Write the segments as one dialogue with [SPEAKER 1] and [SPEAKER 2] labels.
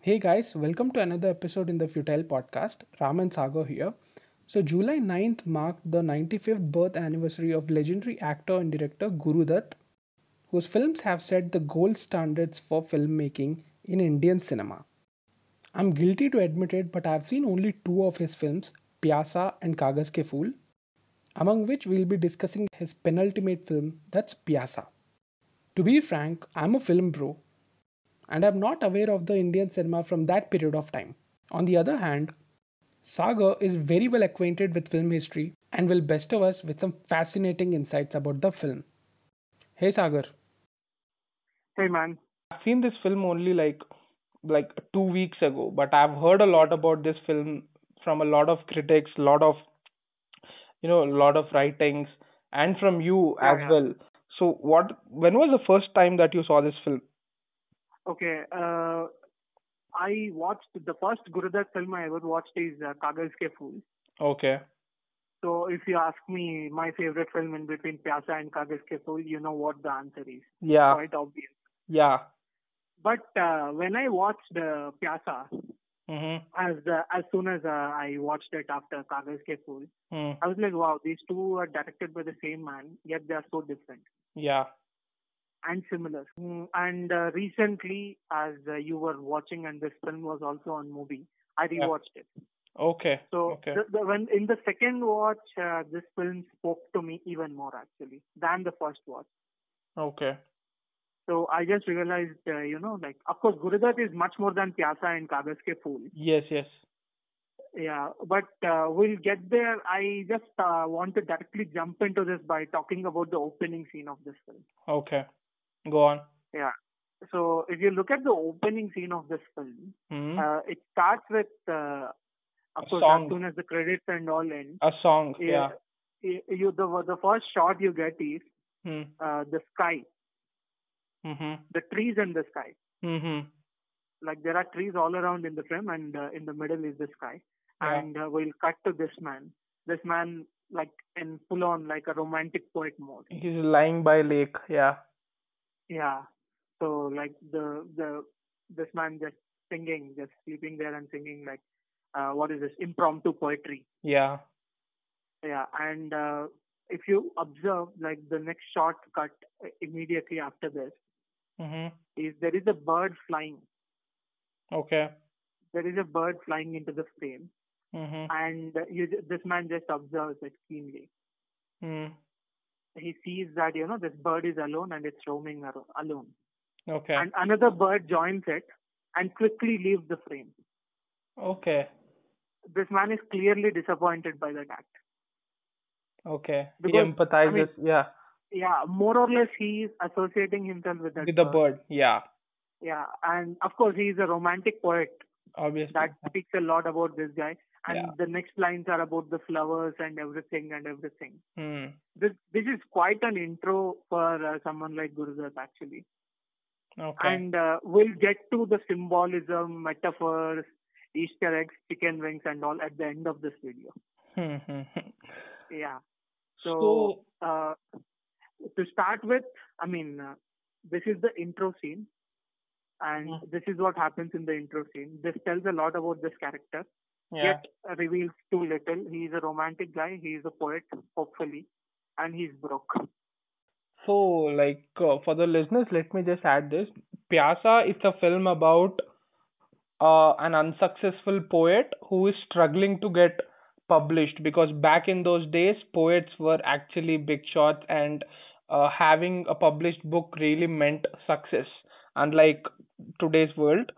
[SPEAKER 1] Hey guys, welcome to another episode in the Futile podcast. Ram and Sagar here. So, July 9th marked the 95th birth anniversary of legendary actor and director Guru Dutt, whose films have set the gold standards for filmmaking in Indian cinema. I'm guilty to admit it, but I've seen only two of his films, Pyasa and Kagas Ke Fool, among which we'll be discussing his penultimate film, that's Pyasa. To be frank, I'm a film bro, and I'm not aware of the Indian cinema from that period of time. On the other hand, Sagar is very well acquainted with film history and will bestow us with some fascinating insights about the film. Hey Sagar,
[SPEAKER 2] Hey man, I've seen this film only like like two weeks ago, but I've heard a lot about this film from a lot of critics, lot of you know, lot of writings, and from you
[SPEAKER 3] Yeah,
[SPEAKER 2] as
[SPEAKER 3] yeah.
[SPEAKER 2] well. So what? When was the first time that you saw this film?
[SPEAKER 3] Okay. Uh, I watched the first Gurudat film I ever watched is uh, Kagas Ke Phool.
[SPEAKER 2] Okay.
[SPEAKER 3] So if you ask me my favorite film in between Pyasa and Kagas Ke Phool, you know what the answer is.
[SPEAKER 2] Yeah.
[SPEAKER 3] Quite obvious.
[SPEAKER 2] Yeah.
[SPEAKER 3] But uh, when I watched uh, Pyasa,
[SPEAKER 2] Mhm.
[SPEAKER 3] as uh, as soon as uh, I watched it after Kagas Ke Phool,
[SPEAKER 2] Mm.
[SPEAKER 3] I was like, wow, these two are directed by the same man, yet they are so different.
[SPEAKER 2] Yeah.
[SPEAKER 3] and similar. Mm, And uh, recently, as uh, you were watching, and this film was also on movie, I
[SPEAKER 2] Yeah.
[SPEAKER 3] rewatched it.
[SPEAKER 2] Okay.
[SPEAKER 3] So
[SPEAKER 2] okay.
[SPEAKER 3] the, the, when in the second watch, uh, this film spoke to me even more actually than the first watch.
[SPEAKER 2] okay.
[SPEAKER 3] So I just realized, uh, you know, like of course, Gurudat is much more than Pyasa and Kagas Ke Phool.
[SPEAKER 2] Yes. Yes.
[SPEAKER 3] Yeah, but uh, we'll get there. I just uh, want to directly jump into this by talking about the opening scene of this film.
[SPEAKER 2] Okay. Go on.
[SPEAKER 3] Yeah. So if you look at the opening scene of this film,
[SPEAKER 2] Mhm.
[SPEAKER 3] Uh, it starts with, uh, of
[SPEAKER 2] A
[SPEAKER 3] course,
[SPEAKER 2] song.
[SPEAKER 3] as soon as the credits and all end.
[SPEAKER 2] a song.
[SPEAKER 3] eh,
[SPEAKER 2] Yeah.
[SPEAKER 3] eh, You the the first shot you get is
[SPEAKER 2] Mm.
[SPEAKER 3] uh, the sky,
[SPEAKER 2] Mhm.
[SPEAKER 3] the trees and the sky.
[SPEAKER 2] Mhm.
[SPEAKER 3] Like there are trees all around in the frame, and uh, in the middle is the sky.
[SPEAKER 2] Yeah.
[SPEAKER 3] And uh, we'll cut to this man. This man like in full on like a romantic poet mode.
[SPEAKER 2] He's lying by lake. Yeah.
[SPEAKER 3] Yeah. So like the the this man just singing, just sleeping there and singing like uh, what is this impromptu poetry.
[SPEAKER 2] Yeah.
[SPEAKER 3] Yeah, and uh, if you observe, like the next shot cut uh, immediately after this
[SPEAKER 2] Mhm.
[SPEAKER 3] is there is a bird flying.
[SPEAKER 2] Okay.
[SPEAKER 3] There is a bird flying into the frame,
[SPEAKER 2] Mhm.
[SPEAKER 3] and you, ju- this man just observes it keenly.
[SPEAKER 2] Mm.
[SPEAKER 3] He sees that you know this bird is alone and it's roaming aro- alone,
[SPEAKER 2] Okay.
[SPEAKER 3] and another bird joins it and quickly leaves the frame.
[SPEAKER 2] Okay.
[SPEAKER 3] This man is clearly disappointed by that act.
[SPEAKER 2] Okay.
[SPEAKER 3] Because, I
[SPEAKER 2] he empathizes.
[SPEAKER 3] mean,
[SPEAKER 2] yeah.
[SPEAKER 3] Yeah, more or less he is associating himself with that uh,
[SPEAKER 2] With the bird. Yeah.
[SPEAKER 3] Yeah, and of course he is a romantic poet.
[SPEAKER 2] Obviously.
[SPEAKER 3] that speaks a lot about this guy. And
[SPEAKER 2] Yeah.
[SPEAKER 3] the next lines are about the flowers and everything and everything.
[SPEAKER 2] Hmm.
[SPEAKER 3] This this is quite an intro for uh, someone like Gurudat actually.
[SPEAKER 2] Okay.
[SPEAKER 3] And uh, we'll get to the symbolism, metaphors, Easter eggs, chicken wings, and all at the end of this video.
[SPEAKER 2] Hmm, hmm, hmm.
[SPEAKER 3] Yeah.
[SPEAKER 2] so.
[SPEAKER 3] So, uh, to start with, I mean, uh, this is the intro scene, and
[SPEAKER 2] Mhm.
[SPEAKER 3] this is what happens in the intro scene. This tells a lot about this character.
[SPEAKER 2] Yeah.
[SPEAKER 3] yet uh, reveals too little. He is a romantic guy. He is a poet, hopefully, and he's broke.
[SPEAKER 2] So, like, uh, for the listeners, let me just add this. Pyasa is a film about uh, an unsuccessful poet who is struggling to get published because back in those days, poets were actually big shots and uh, having a published book really meant success, unlike today's world.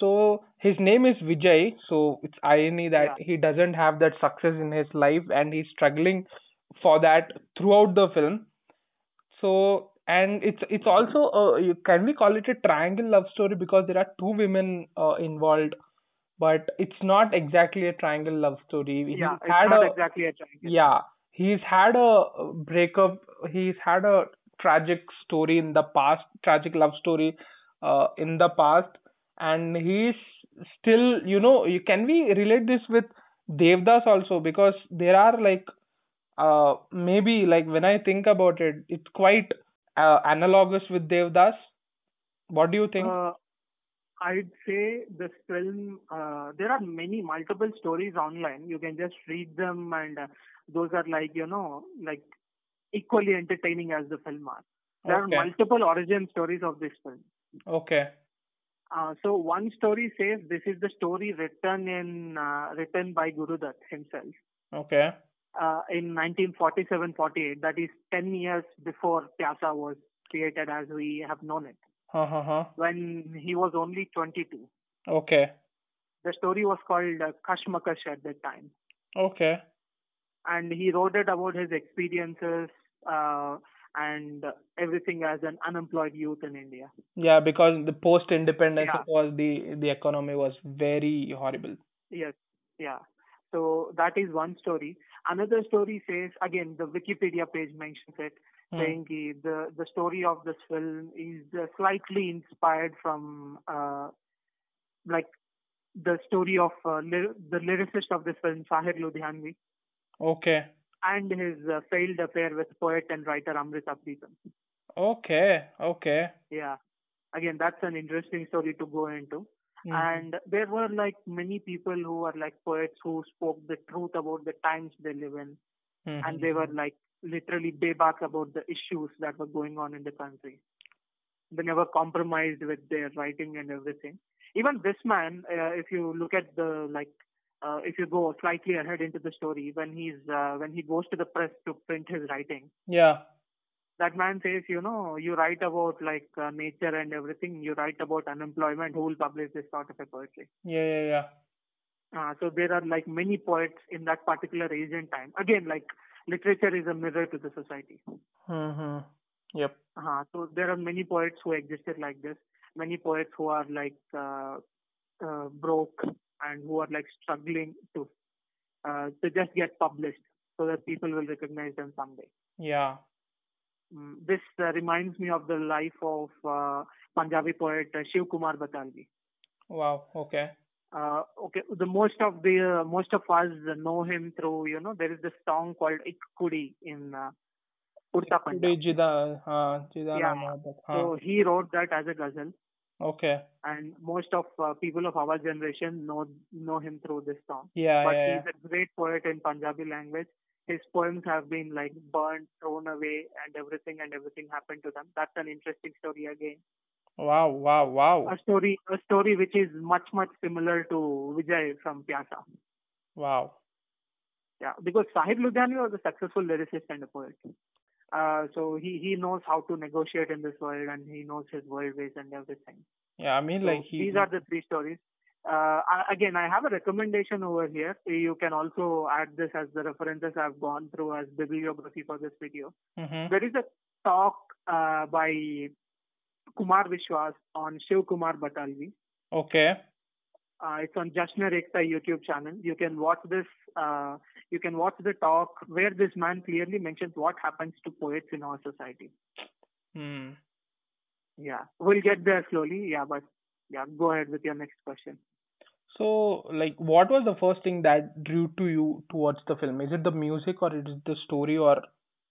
[SPEAKER 2] So, his name is Vijay, so it's irony that he doesn't have that success in his life and he's struggling for that throughout the film. So and it's it's also uh, you, can we call it a triangle love story because there are two women uh, involved, but it's not exactly a triangle love story. He's
[SPEAKER 3] yeah, it's
[SPEAKER 2] had
[SPEAKER 3] not
[SPEAKER 2] a
[SPEAKER 3] exactly a triangle.
[SPEAKER 2] yeah he's had a uh, breakup. He's had a tragic story in the past, tragic love story, uh, in the past, and he's still you know you can we relate this with Devdas also because there are like uh, maybe like when I think about it, it's quite uh, analogous with Devdas. What do you think?
[SPEAKER 3] Uh, I'd say this film. Uh, there are many multiple stories online. You can just read them, and uh, those are like you know like equally entertaining as the film are. There
[SPEAKER 2] Okay.
[SPEAKER 3] are multiple origin stories of this film.
[SPEAKER 2] Okay.
[SPEAKER 3] Uh, so one story says this is the story written in uh, written by Guru Dutt himself
[SPEAKER 2] Okay.
[SPEAKER 3] uh, in 1947-48. That is 10 years before Pyasa was created as we have known it.
[SPEAKER 2] Huh huh huh.
[SPEAKER 3] When he was only 22,
[SPEAKER 2] Okay.
[SPEAKER 3] the story was called uh, Kashmakash at that time,
[SPEAKER 2] Okay.
[SPEAKER 3] and he wrote it about his experiences uh, and everything as an unemployed youth in India.
[SPEAKER 2] Yeah, because the post independence
[SPEAKER 3] Yeah.
[SPEAKER 2] was the the economy was very horrible.
[SPEAKER 3] Yes, yeah. So that is one story. Another story says again the Wikipedia page mentions it,
[SPEAKER 2] Hmm.
[SPEAKER 3] saying the, the the story of this film is uh, slightly inspired from uh, like the story of uh, lyr- the lyricist of this film Sahir Ludhianvi
[SPEAKER 2] Okay.
[SPEAKER 3] and his uh, failed affair with poet and writer Amrita Preetham.
[SPEAKER 2] Okay. Okay.
[SPEAKER 3] Yeah, again that's an interesting story to go into.
[SPEAKER 2] Mhm.
[SPEAKER 3] and there were like many people who were like poets who spoke the truth about the times they live in
[SPEAKER 2] Mhm.
[SPEAKER 3] and they were like literally back about the issues that were going on in the country they never compromised with their writing and everything even this man uh, if you look at the like uh, if you go slightly ahead into the story when he's uh, when he goes to the press to print his writing
[SPEAKER 2] Yeah.
[SPEAKER 3] that man says you know you write about like uh, nature and everything you write about unemployment who will publish this sort of a poetry
[SPEAKER 2] Yeah. Yeah. Yeah.
[SPEAKER 3] uh, so there are like many poets in that particular age and time. Again, like literature is a mirror to the society.
[SPEAKER 2] hmm Yep.
[SPEAKER 3] Uh, so there are many poets who existed like this. Many poets who are like uh, uh, broke and who are like struggling to uh, to just get published so that people will recognize them someday.
[SPEAKER 2] Yeah.
[SPEAKER 3] Mm, This uh, reminds me of the life of uh, Punjabi poet uh, Shiv Kumar Batalvi.
[SPEAKER 2] Wow. Okay.
[SPEAKER 3] uh, okay, the most of the uh, most of us know him through you know there is this song called Ikkudi in uh, Urta
[SPEAKER 2] Today,
[SPEAKER 3] Punjab.
[SPEAKER 2] Jida, uh, Jida
[SPEAKER 3] Yeah.
[SPEAKER 2] Nama, but, huh.
[SPEAKER 3] So he wrote that as a ghazal,
[SPEAKER 2] Okay.
[SPEAKER 3] and most of uh, people of our generation know know him through this song.
[SPEAKER 2] Yeah.
[SPEAKER 3] but
[SPEAKER 2] yeah, yeah.
[SPEAKER 3] he's a great poet in Punjabi language. His poems have been like burned, thrown away, and everything and everything happened to them. That's an interesting story again.
[SPEAKER 2] Wow. Wow. Wow.
[SPEAKER 3] A story, a story which is much much similar to Vijay from Pyasa.
[SPEAKER 2] Wow.
[SPEAKER 3] Yeah, because Sahib Ludhianvi was a successful lyricist and a poet. Uh, so he, he knows how to negotiate in this world and he knows his world ways and everything.
[SPEAKER 2] Yeah. I mean,
[SPEAKER 3] So
[SPEAKER 2] like he.
[SPEAKER 3] these are the three stories. Uh, I, again, I have a recommendation over here. You can also add this as the references I've gone through as bibliography for this video.
[SPEAKER 2] Mhm.
[SPEAKER 3] There is a talk uh, by Kumar Vishwas on Shiv Kumar Batalvi.
[SPEAKER 2] Okay.
[SPEAKER 3] Uh, it's on Jashna Rekta YouTube channel. You can watch this. Uh, you can watch the talk where this man clearly mentions what happens to poets in our society.
[SPEAKER 2] Hmm.
[SPEAKER 3] Yeah, we'll get there slowly. Yeah, but yeah, go ahead with your next question.
[SPEAKER 2] So, like, what was the first thing that drew to you towards the film? Is it the music, or is it the story, or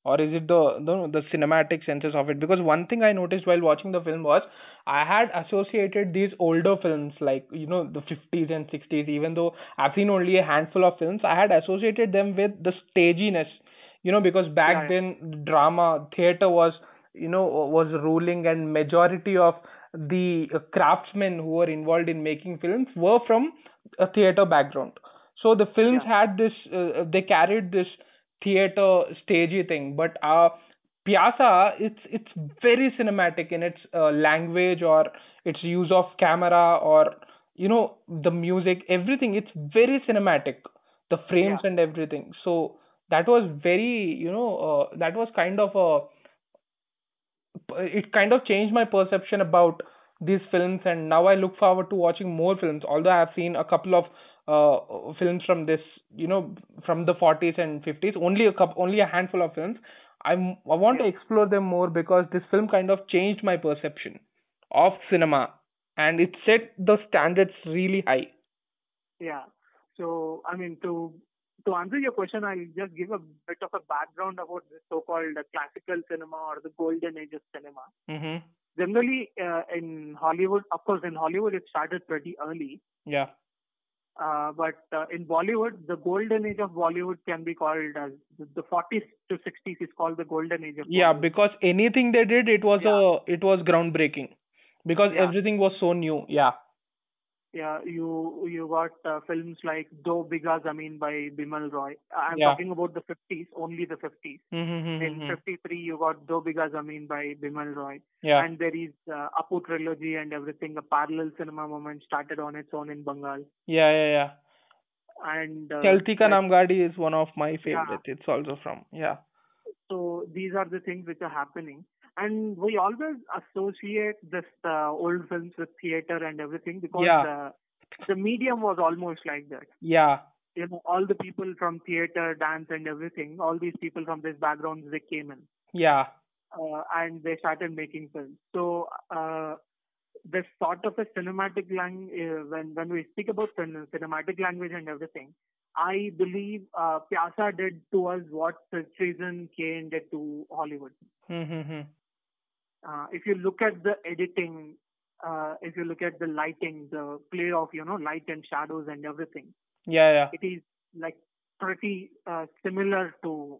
[SPEAKER 2] or is it the the, the cinematic senses of it? Because one thing I noticed while watching the film was I had associated these older films, like you know the fifties and sixties. Even though I've seen only a handful of films, I had associated them with the staginess. You know, because back
[SPEAKER 3] Yeah,
[SPEAKER 2] then drama theater was you know was ruling, and majority of the uh, craftsmen who were involved in making films were from a theater background. So the films
[SPEAKER 3] Yeah.
[SPEAKER 2] had this, uh, they carried this theater stagey thing. But uh, Pyasa, it's it's very cinematic in its uh, language or its use of camera or you know the music, everything. It's very cinematic, the frames
[SPEAKER 3] Yeah.
[SPEAKER 2] and everything. So that was very you know uh, that was kind of a it kind of changed my perception about these films and now i look forward to watching more films although i have seen a couple of uh, films from this you know from the 40s and 50s only a couple only a handful of films I'm, i want to
[SPEAKER 3] Yeah.
[SPEAKER 2] explore them more because this film kind of changed my perception of cinema and it set the standards really high
[SPEAKER 3] yeah. So I mean, to to answer your question, I'll just give a bit of a background about the so-called classical cinema or the golden age of cinema.
[SPEAKER 2] mhm
[SPEAKER 3] generally uh, in Hollywood, of course, in Hollywood it started pretty early,
[SPEAKER 2] Yeah.
[SPEAKER 3] uh, but uh, in Bollywood, the golden age of Bollywood can be called as the 40s to 60s is called the golden age of
[SPEAKER 2] Yeah,
[SPEAKER 3] Bollywood.
[SPEAKER 2] because anything they did it was a it was groundbreaking. Because
[SPEAKER 3] Yeah.
[SPEAKER 2] everything was so new. Yeah.
[SPEAKER 3] yeah, you you got uh, films like Do Biga Zameen by Bimal Roy. I'm
[SPEAKER 2] Yeah.
[SPEAKER 3] talking about the 50s, only the 50s. In
[SPEAKER 2] Mm-hmm.
[SPEAKER 3] 53, you got Do Biga Zameen by Bimal Roy.
[SPEAKER 2] Yeah.
[SPEAKER 3] And there is uh, Apu trilogy and everything. A parallel cinema movement started on its own in Bengal.
[SPEAKER 2] Yeah, yeah, yeah.
[SPEAKER 3] And uh,
[SPEAKER 2] Chalti Ka
[SPEAKER 3] that-
[SPEAKER 2] Naam Gaadi is one of my favorite. It's also from yeah.
[SPEAKER 3] So these are the things which are happening. And we always associate this uh, old films with theater and everything because
[SPEAKER 2] Yeah.
[SPEAKER 3] uh, the medium was almost like that.
[SPEAKER 2] Yeah.
[SPEAKER 3] You know, all the people from theater, dance, and everything, all these people from these backgrounds, they came in
[SPEAKER 2] Yeah.
[SPEAKER 3] uh, and they started making films. So uh, this sort of a cinematic language, uh, when when we speak about cin- cinematic language and everything, I believe uh, Pyasa did to us what Treason Kane did to Hollywood.
[SPEAKER 2] Mm-hmm.
[SPEAKER 3] Uh, if you look at the editing, uh, if you look at the lighting, the play of you know light and shadows and everything,
[SPEAKER 2] Yeah, yeah.
[SPEAKER 3] it is like pretty uh, similar to.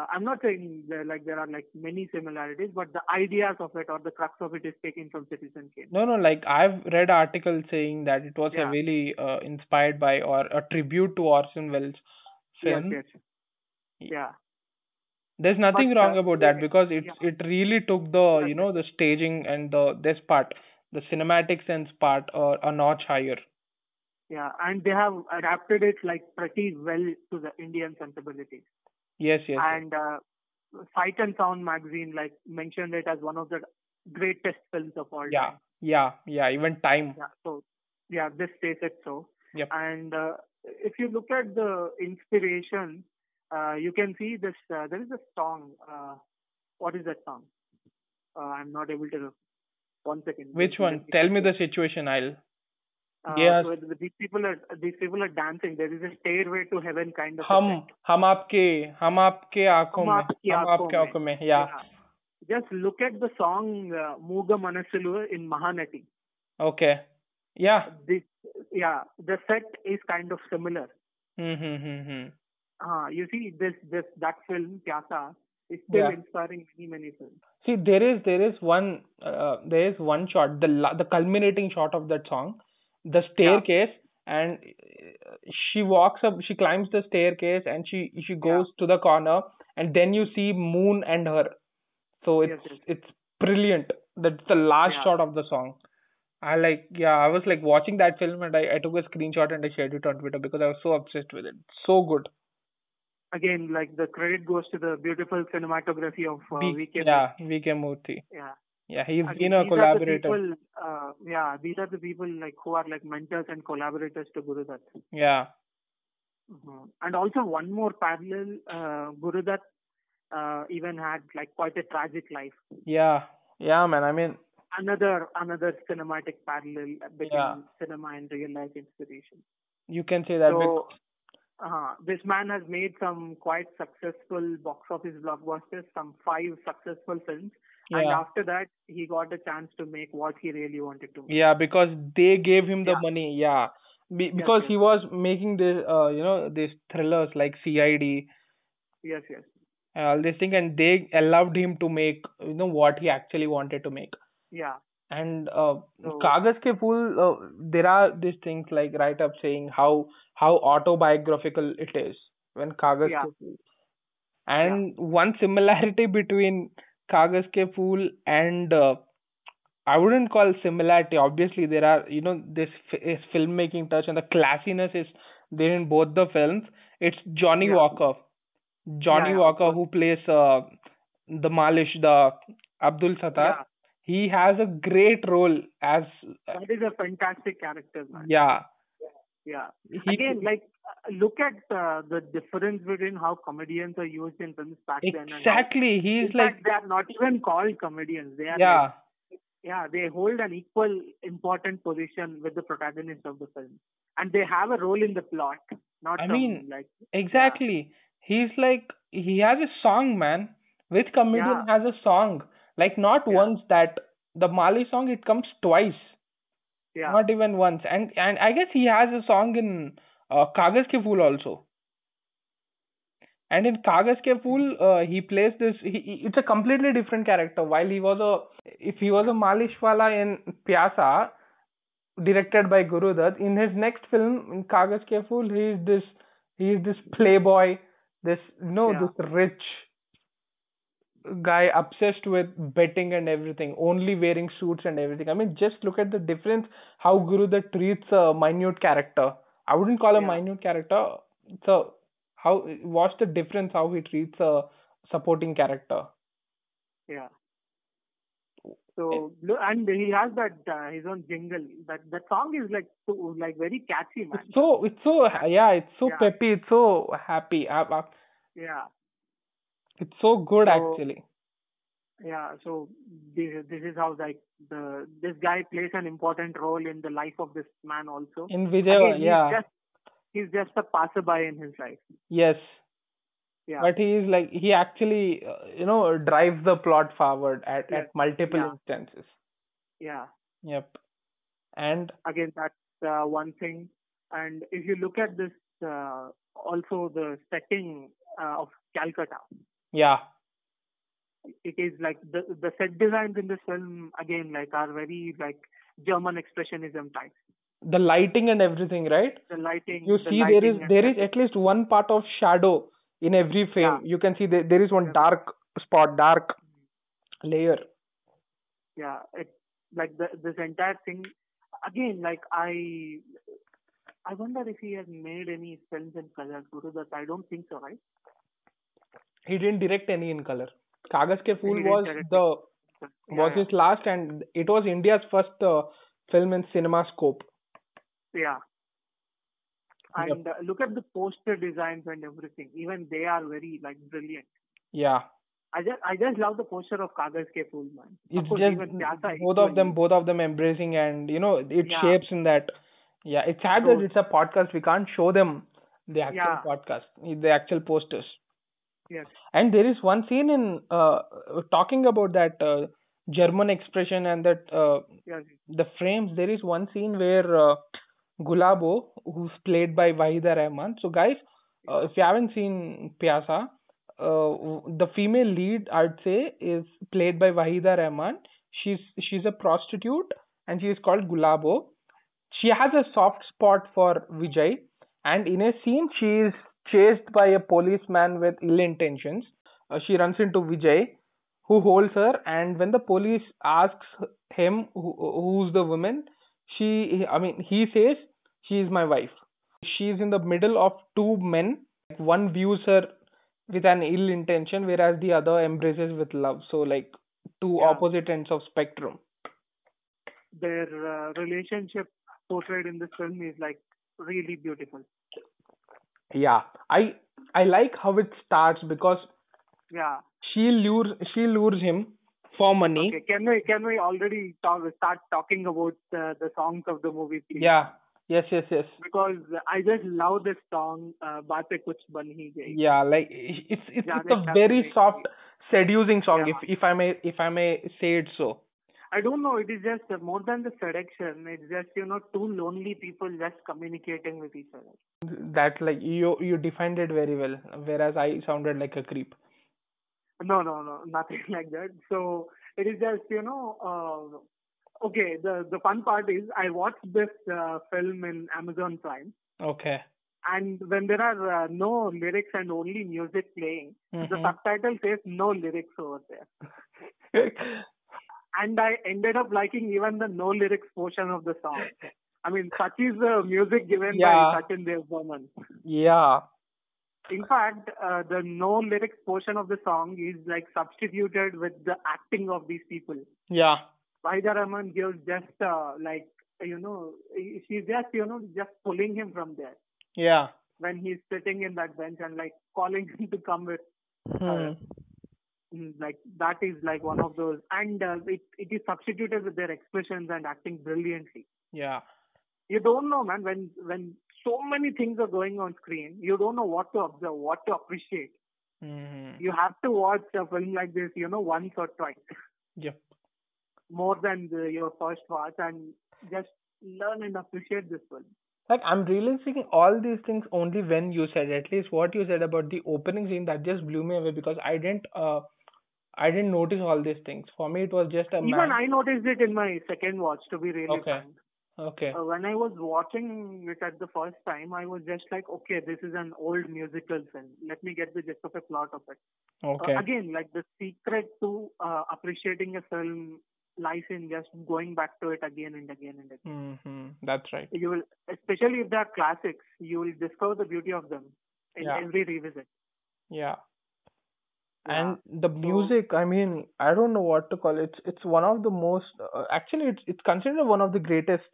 [SPEAKER 3] Uh, I'm not saying there, like there are like many similarities, but the ideas of it or the crux of it is taken from Citizen Kane.
[SPEAKER 2] No, no, like I've read articles saying that it was
[SPEAKER 3] Yeah.
[SPEAKER 2] heavily uh, inspired by or a tribute to Orson Welles' film.
[SPEAKER 3] Yes, yes. Yeah,
[SPEAKER 2] There's nothing
[SPEAKER 3] But,
[SPEAKER 2] wrong
[SPEAKER 3] uh,
[SPEAKER 2] about that
[SPEAKER 3] yeah,
[SPEAKER 2] because it
[SPEAKER 3] yeah.
[SPEAKER 2] it really took the
[SPEAKER 3] That's
[SPEAKER 2] you know the staging and the this part, the cinematic sense part, uh, a notch higher.
[SPEAKER 3] yeah, and they have adapted it like pretty well to the Indian sensibilities.
[SPEAKER 2] Yes, yes. yes.
[SPEAKER 3] and uh, Sight and Sound magazine like mentioned it as one of the greatest films of all
[SPEAKER 2] yeah,
[SPEAKER 3] time.
[SPEAKER 2] yeah, yeah. Even time.
[SPEAKER 3] Yeah. So yeah, this says it so.
[SPEAKER 2] Yep.
[SPEAKER 3] And uh, if you look at the inspiration, uh, you can see this. Uh, there is a song. Uh, what is that song? Uh, I'm not able to. One second.
[SPEAKER 2] Which one? Tell me the situation. I'll.
[SPEAKER 3] Uh,
[SPEAKER 2] Yes.
[SPEAKER 3] so these people are these people are dancing. There is a stairway to heaven kind of.
[SPEAKER 2] हम
[SPEAKER 3] effect.
[SPEAKER 2] हम आपके हम आपके आंखों
[SPEAKER 3] हम
[SPEAKER 2] में
[SPEAKER 3] आपकी
[SPEAKER 2] हम
[SPEAKER 3] आंखों
[SPEAKER 2] आपके
[SPEAKER 3] में।
[SPEAKER 2] आंखों में या
[SPEAKER 3] Just look at the song uh, Mooga Manasulu in Mahanati.
[SPEAKER 2] okay yeah
[SPEAKER 3] This, yeah, the set is kind of similar.
[SPEAKER 2] hmm hmm hmm hmm
[SPEAKER 3] Uh, you see, this this that film Pyasa is still
[SPEAKER 2] Yeah.
[SPEAKER 3] inspiring many many films.
[SPEAKER 2] See, there is there is one uh, there is one shot the la- the culminating shot of that song, the staircase, and uh, she walks up, she climbs the staircase, and she she goes to the corner, and then you see Moon and her. So
[SPEAKER 3] Yes,
[SPEAKER 2] it's it's brilliant. That's the last
[SPEAKER 3] Yeah.
[SPEAKER 2] shot of the song. I like yeah, I was like watching that film and I, I took a screenshot and I shared it on Twitter because I was so obsessed with it. So good.
[SPEAKER 3] Again, like the credit goes to the beautiful cinematography of uh,
[SPEAKER 2] Be-
[SPEAKER 3] VK.
[SPEAKER 2] yeah, VK Murthy.
[SPEAKER 3] yeah.
[SPEAKER 2] Yeah, he's
[SPEAKER 3] Again,
[SPEAKER 2] been a
[SPEAKER 3] these are the
[SPEAKER 2] collaborator.
[SPEAKER 3] people, uh, yeah, these are the people like who are like mentors and collaborators to Guru Dutt.
[SPEAKER 2] Yeah.
[SPEAKER 3] Mhm. And also one more parallel, uh, Guru Dutt uh, even had like quite a tragic life.
[SPEAKER 2] Yeah, yeah, man. I mean,
[SPEAKER 3] Another another cinematic parallel between
[SPEAKER 2] Yeah.
[SPEAKER 3] cinema and real life inspiration.
[SPEAKER 2] you can say that.
[SPEAKER 3] so,
[SPEAKER 2] bec-
[SPEAKER 3] uh, this man has made some quite successful box office blockbusters, some five successful films, and
[SPEAKER 2] yeah,
[SPEAKER 3] after that he got a chance to make what he really wanted to make.
[SPEAKER 2] yeah, because they gave him the
[SPEAKER 3] Yeah.
[SPEAKER 2] money. Yeah, Be- because
[SPEAKER 3] yes.
[SPEAKER 2] he was making this, uh, you know, these thrillers like CID,
[SPEAKER 3] Yes, yes,
[SPEAKER 2] and uh, all this thing, and they allowed him to make, you know, what he actually wanted to make.
[SPEAKER 3] yeah,
[SPEAKER 2] And uh,
[SPEAKER 3] So-
[SPEAKER 2] Kagas Ke Phool, uh, there are these things like right up saying how how autobiographical it is when Kagas
[SPEAKER 3] Yeah.
[SPEAKER 2] Ke Phool. And one similarity between Kagas Ke Phool and uh, I wouldn't call similarity. Obviously, there are you know this f- is filmmaking touch and the classiness is there in both the films. It's Johnny
[SPEAKER 3] Yeah.
[SPEAKER 2] Walker, Johnny
[SPEAKER 3] Yeah, yeah, of
[SPEAKER 2] Walker who plays uh, the Malish, the Abdul Sattar.
[SPEAKER 3] yeah.
[SPEAKER 2] He has a great role as
[SPEAKER 3] That is a fantastic character, man.
[SPEAKER 2] yeah.
[SPEAKER 3] Yeah.
[SPEAKER 2] He,
[SPEAKER 3] Again, like uh, look at uh, the difference between how comedians are used in films back then and how-
[SPEAKER 2] exactly. He's
[SPEAKER 3] in
[SPEAKER 2] like
[SPEAKER 3] fact, they are not even called comedians. They are like,
[SPEAKER 2] yeah.
[SPEAKER 3] yeah, they hold an equal important position with the protagonist of the film, and they have a role in the plot. Not
[SPEAKER 2] I
[SPEAKER 3] some,
[SPEAKER 2] mean,
[SPEAKER 3] like
[SPEAKER 2] Exactly. He's like he has a song, man. Which comedian has a song? Like not
[SPEAKER 3] Yeah.
[SPEAKER 2] once that the Mali song it comes twice,
[SPEAKER 3] Yeah.
[SPEAKER 2] not even once. And and I guess he has a song in uh, Kagas Ke Phool also. And in Kagas Ke Phool, uh, he plays this. He, he- it's a completely different character. While he was a, if he was a Malishwala in Pyasa, directed by Guru Dutt, in his next film, in Kagas Ke Phool, he is this, he is this playboy, this no,
[SPEAKER 3] Yeah.
[SPEAKER 2] this rich guy obsessed with betting and everything, only wearing suits and everything. I mean, just look at the difference how Guru Dutt treats a minute character. I wouldn't call a
[SPEAKER 3] Yeah.
[SPEAKER 2] minute character. So how what's the difference how he treats a supporting character?
[SPEAKER 3] Yeah. So lo- and he has that uh, his own jingle. That that song is like so, like very catchy, man.
[SPEAKER 2] It's so it's so yeah, it's so
[SPEAKER 3] Yeah.
[SPEAKER 2] peppy, it's so happy. Uh, uh,
[SPEAKER 3] Yeah,
[SPEAKER 2] It's so good
[SPEAKER 3] So-
[SPEAKER 2] actually.
[SPEAKER 3] yeah. So this this is how like the this guy plays an important role in the life of this man also.
[SPEAKER 2] In
[SPEAKER 3] Again,
[SPEAKER 2] Vijay,
[SPEAKER 3] he's
[SPEAKER 2] yeah,
[SPEAKER 3] just he's just a passerby in his life.
[SPEAKER 2] yes,
[SPEAKER 3] Yeah,
[SPEAKER 2] but he is like he actually uh, you know drives the plot forward at
[SPEAKER 3] Yes.
[SPEAKER 2] at multiple
[SPEAKER 3] Yeah.
[SPEAKER 2] instances.
[SPEAKER 3] yeah.
[SPEAKER 2] Yep. And
[SPEAKER 3] Again, that's uh, one thing. And if you look at this, uh, also the setting uh, of Calcutta,
[SPEAKER 2] yeah,
[SPEAKER 3] it is like the the set designs in this film again like are very like German expressionism type.
[SPEAKER 2] the lighting and everything, right?
[SPEAKER 3] The lighting.
[SPEAKER 2] You
[SPEAKER 3] the
[SPEAKER 2] see there is
[SPEAKER 3] lighting and
[SPEAKER 2] there is
[SPEAKER 3] the-
[SPEAKER 2] at least one part of shadow in every frame.
[SPEAKER 3] Yeah.
[SPEAKER 2] You can see there, there is one
[SPEAKER 3] Yeah.
[SPEAKER 2] dark spot, dark layer.
[SPEAKER 3] yeah, it like the this entire thing again like I I wonder if he has made any films in color Guru Dutt. I don't think so, right?
[SPEAKER 2] He didn't direct any in color. Kagas Ke Phool
[SPEAKER 3] didn't
[SPEAKER 2] was
[SPEAKER 3] direct
[SPEAKER 2] the
[SPEAKER 3] But,
[SPEAKER 2] was
[SPEAKER 3] yeah,
[SPEAKER 2] his last and it was India's first uh, film in cinema scope.
[SPEAKER 3] yeah.
[SPEAKER 2] Yep.
[SPEAKER 3] And uh, look at the poster designs and everything. Even they are very like brilliant.
[SPEAKER 2] Yeah.
[SPEAKER 3] I just I just love the poster of Kagas Ke Phool, man.
[SPEAKER 2] It's
[SPEAKER 3] of course,
[SPEAKER 2] just
[SPEAKER 3] even Pyasa
[SPEAKER 2] both of them
[SPEAKER 3] equally.
[SPEAKER 2] both of them embracing and you know it
[SPEAKER 3] Yeah.
[SPEAKER 2] shapes in that yeah, it's sad that
[SPEAKER 3] Those-
[SPEAKER 2] it's a podcast. We can't show them the actual
[SPEAKER 3] Yeah.
[SPEAKER 2] podcast, the actual posters.
[SPEAKER 3] Yes.
[SPEAKER 2] And there is one scene in uh, talking about that uh, German expression and that uh,
[SPEAKER 3] Yes.
[SPEAKER 2] the frames. There is one scene where uh, Gulabo, who's played by Wahida Rahman. So guys, uh, if you haven't seen Pyasa, uh, w- the female lead I'd say is played by Wahida Rahman. She's she's a prostitute and she is called Gulabo. She has a soft spot for Vijay, and in a scene she is chased by a policeman with ill intentions. Uh, she runs into Vijay, who holds her, and when the police asks him who, who's the woman, she I mean he says she is my wife. She is in the middle of two men. One views her with an ill intention, whereas the other embraces with love. So like two
[SPEAKER 3] Yeah.
[SPEAKER 2] opposite ends of spectrum.
[SPEAKER 3] their uh, relationship portrayed in this film is like really beautiful.
[SPEAKER 2] Yeah, I I like how it starts because
[SPEAKER 3] Yeah.
[SPEAKER 2] she lures she lures him for money.
[SPEAKER 3] Okay. Can we can we already talk, start talking about uh, the songs of the movie, please?
[SPEAKER 2] Yeah. Yes. Yes. Yes.
[SPEAKER 3] Because I just love this song, uh, "Baatein Kuch Ban Hi Gayi."
[SPEAKER 2] Yeah. Like it's it's,
[SPEAKER 3] Yeah,
[SPEAKER 2] it's a
[SPEAKER 3] that's
[SPEAKER 2] very
[SPEAKER 3] absolutely-
[SPEAKER 2] soft, seducing song.
[SPEAKER 3] Yeah.
[SPEAKER 2] If if I may if I may say it so.
[SPEAKER 3] I don't know. It is just uh, more than the seduction. It's just you know two lonely people just communicating with each other.
[SPEAKER 2] That like you you defined it very well. Whereas I sounded like a creep.
[SPEAKER 3] No, no, no, nothing like that. So it is just you know. Uh, okay. The the fun part is I watched this uh, film in Amazon Prime.
[SPEAKER 2] Okay.
[SPEAKER 3] and when there are uh, no lyrics and only music playing, the
[SPEAKER 2] Mhm.
[SPEAKER 3] subtitle says no lyrics over there. And I ended up liking even the no lyrics portion of the song. I mean, such is the music given
[SPEAKER 2] Yeah.
[SPEAKER 3] by Sachin Dev Burman.
[SPEAKER 2] yeah.
[SPEAKER 3] In fact, uh, the no lyrics portion of the song is like substituted with the acting of these people.
[SPEAKER 2] Yeah.
[SPEAKER 3] Vaida Rahman gives just uh, like, you know, she's just, you know, just pulling him from there
[SPEAKER 2] Yeah.
[SPEAKER 3] when he's sitting in that bench and like calling him to come with
[SPEAKER 2] Hmm.
[SPEAKER 3] Mm, like that is like one of those and uh, it, it is substituted with their expressions and acting brilliantly
[SPEAKER 2] Yeah.
[SPEAKER 3] you don't know man when when so many things are going on screen you don't know what to observe what to appreciate
[SPEAKER 2] hmm
[SPEAKER 3] you have to watch a film like this you know once or twice
[SPEAKER 2] Yep.
[SPEAKER 3] more than the, your first watch and just learn and appreciate this film.
[SPEAKER 2] Like I'm realizing all these things only when you said at least what you said about the opening scene that just blew me away because I didn't uh I didn't notice all these things. For me it was just a man.
[SPEAKER 3] Even I noticed it in my second watch, to be really
[SPEAKER 2] Okay.
[SPEAKER 3] frank.
[SPEAKER 2] Okay.
[SPEAKER 3] Uh, when I was watching it at the first time, I was just like, okay, this is an old musical film. Let me get the gist of a plot of it. Uh,
[SPEAKER 2] Okay.
[SPEAKER 3] again, like the secret to uh, appreciating a film lies in just going back to it again and again and again.
[SPEAKER 2] Mm-hmm. That's right.
[SPEAKER 3] You will, especially if they are classics, you will discover the beauty of them in
[SPEAKER 2] Yeah.
[SPEAKER 3] every revisit.
[SPEAKER 2] Yeah.
[SPEAKER 3] Yeah.
[SPEAKER 2] and the music i mean i don't know what to call it it's, it's one of the most uh, actually it's it's considered one of the greatest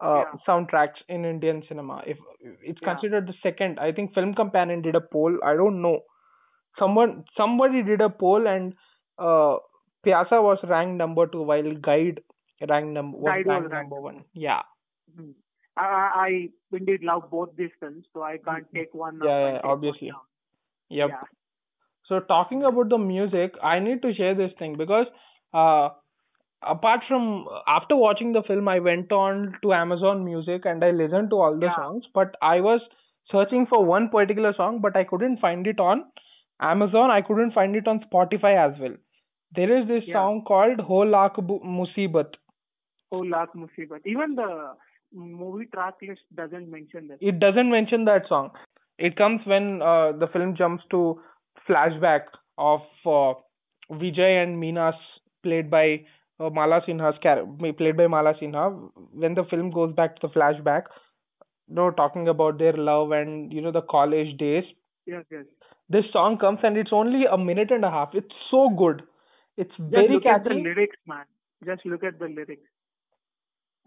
[SPEAKER 2] uh,
[SPEAKER 3] Yeah.
[SPEAKER 2] soundtracks in indian cinema if it's
[SPEAKER 3] Yeah.
[SPEAKER 2] considered the second i think film companion did a poll i don't know someone somebody did a poll and uh, pyasa was ranked number 2 while guide ranked number was
[SPEAKER 3] Guide was
[SPEAKER 2] ranked
[SPEAKER 3] ranked
[SPEAKER 2] number 1 yeah
[SPEAKER 3] Hmm. I, I I indeed love both these films, so I can't take one. up
[SPEAKER 2] Mm-hmm. Yeah,
[SPEAKER 3] and
[SPEAKER 2] yeah,
[SPEAKER 3] take one
[SPEAKER 2] obviously.
[SPEAKER 3] down.
[SPEAKER 2] yep
[SPEAKER 3] Yeah.
[SPEAKER 2] So talking about the music, I need to share this thing because uh, apart from uh, after watching the film, I went on to Amazon Music and I listened to all the
[SPEAKER 3] Yeah.
[SPEAKER 2] songs. But I was searching for one particular song, but I couldn't find it on Amazon. I couldn't find it on Spotify as well. There is this
[SPEAKER 3] Yeah.
[SPEAKER 2] song called "Ho Laak Bu- Musibat."
[SPEAKER 3] Oh, Laak Musibat. Even the movie track list doesn't mention this.
[SPEAKER 2] It doesn't mention that song. It comes when uh, the film jumps to flashback of uh, Vijay and Meena's played by uh, Mala Sinha's char- played by Mala Sinha. When the film goes back to the flashback, you know, talking about their love and you know the college days.
[SPEAKER 3] Yes, yes.
[SPEAKER 2] This song comes and it's only a minute and a half. It's so good. It's
[SPEAKER 3] Just
[SPEAKER 2] very
[SPEAKER 3] look at the
[SPEAKER 2] catchy.
[SPEAKER 3] lyrics, man. Just look at the lyrics.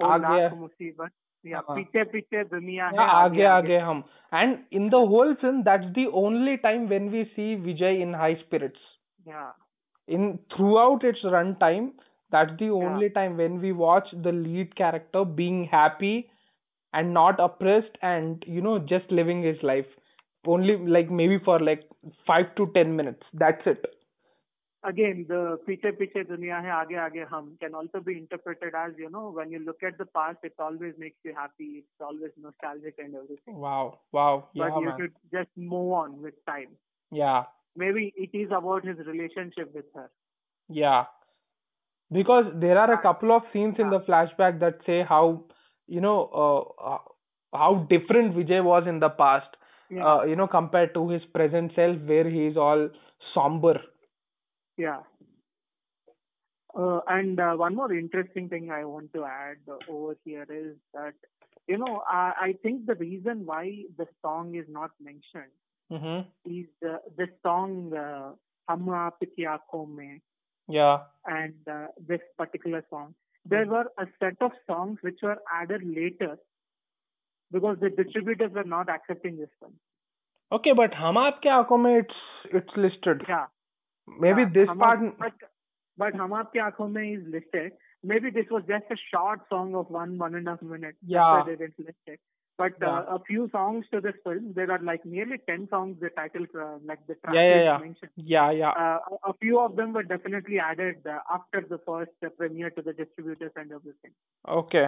[SPEAKER 3] Oh,
[SPEAKER 2] आ गया-
[SPEAKER 3] Laak Musibat. Yeah,
[SPEAKER 2] हाँ.
[SPEAKER 3] Piche Piche Duniya
[SPEAKER 2] Uh-huh. Yeah,
[SPEAKER 3] Hai.
[SPEAKER 2] आगे आगे हम. And in the whole film, that's the only time when we see Vijay in high spirits.
[SPEAKER 3] Yeah,
[SPEAKER 2] in throughout its runtime that's the only time when we watch the lead character being happy and not oppressed and you know just living his life only like maybe for like 5 to 10 minutes that's it
[SPEAKER 3] again, the Piche Piche Duniya Hai, Aage Aage Hum can also be interpreted as, you know, when you look at the past, it always makes you happy. It's always nostalgic and everything.
[SPEAKER 2] wow wow
[SPEAKER 3] But
[SPEAKER 2] yeah
[SPEAKER 3] you
[SPEAKER 2] man
[SPEAKER 3] should just move on with time.
[SPEAKER 2] yeah
[SPEAKER 3] Maybe it is about his relationship with her.
[SPEAKER 2] Yeah. Because there are a couple of scenes in the flashback that say how, you know, uh, uh, how different Vijay was in the past,
[SPEAKER 3] Yeah.
[SPEAKER 2] uh, you know, compared to his present self where he is all somber.
[SPEAKER 3] Yeah. Uh, and uh, one more interesting thing I want to add uh, over here is that, you know, I, I think the reason why the song is not mentioned
[SPEAKER 2] Mm-hmm.
[SPEAKER 3] is uh, the song uh, Hum Aap Ki Aankhon Mein
[SPEAKER 2] Yeah.
[SPEAKER 3] and uh, this particular song.
[SPEAKER 2] Hmm.
[SPEAKER 3] There were a set of songs which were added later because the distributors were not accepting this one.
[SPEAKER 2] Okay, but Hum Aapke Aankhon Mein, it's, it's listed.
[SPEAKER 3] Yeah.
[SPEAKER 2] Maybe
[SPEAKER 3] Yeah,
[SPEAKER 2] this
[SPEAKER 3] Hum
[SPEAKER 2] part.
[SPEAKER 3] Aap- but but Hum Aapki Aankhon Mein is listed. Maybe this was just a short song of one one and a half minute. That's
[SPEAKER 2] Yeah.
[SPEAKER 3] why they didn't list it. But
[SPEAKER 2] Ah. Yeah.
[SPEAKER 3] uh, a few songs to this film, there are like nearly ten songs. The title, uh, like the track
[SPEAKER 2] Yeah, yeah,
[SPEAKER 3] is
[SPEAKER 2] yeah.
[SPEAKER 3] mentioned.
[SPEAKER 2] Yeah, yeah.
[SPEAKER 3] Uh, a- a few of them were definitely added uh, after the first uh, premiere to the distributors and everything.
[SPEAKER 2] Okay.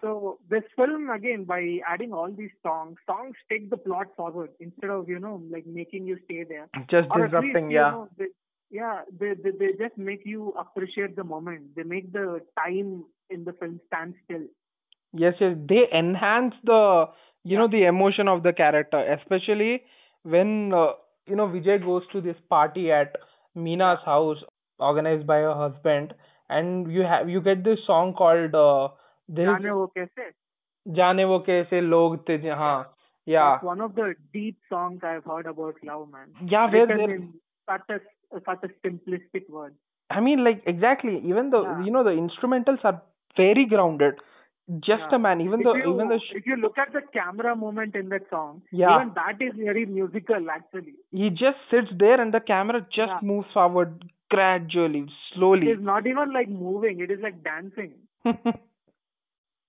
[SPEAKER 3] So this film again, by adding all these songs, songs take the plot forward instead of you know like making you stay there
[SPEAKER 2] Just
[SPEAKER 3] or at
[SPEAKER 2] disrupting,
[SPEAKER 3] least,
[SPEAKER 2] yeah.
[SPEAKER 3] You know, they, yeah, they, they they just make you appreciate the moment. They make the time in the film stand still.
[SPEAKER 2] Yes, yes. They enhance the you know the emotion of the character, especially when uh, you know Vijay goes to this party at Meena's house organized by her husband, and you have you get this song called uh, there is
[SPEAKER 3] Jaane wo kaise?
[SPEAKER 2] जाने वो कैसे लोग थे जी- हाँ yeah
[SPEAKER 3] That's one of the deep songs I've heard about love, man.
[SPEAKER 2] yeah where
[SPEAKER 3] Written
[SPEAKER 2] there
[SPEAKER 3] in such a such a simplistic word.
[SPEAKER 2] I mean, like exactly. Even the
[SPEAKER 3] Yeah.
[SPEAKER 2] you know the instrumentals are very grounded. Just
[SPEAKER 3] Yeah.
[SPEAKER 2] a man. Even
[SPEAKER 3] If
[SPEAKER 2] the
[SPEAKER 3] you
[SPEAKER 2] even the sh-
[SPEAKER 3] if you look at the camera moment in that song,
[SPEAKER 2] Yeah.
[SPEAKER 3] even that is very musical actually.
[SPEAKER 2] he just sits there and the camera just
[SPEAKER 3] Yeah.
[SPEAKER 2] moves forward gradually, slowly.
[SPEAKER 3] It is not even like moving; it is like dancing.
[SPEAKER 2] that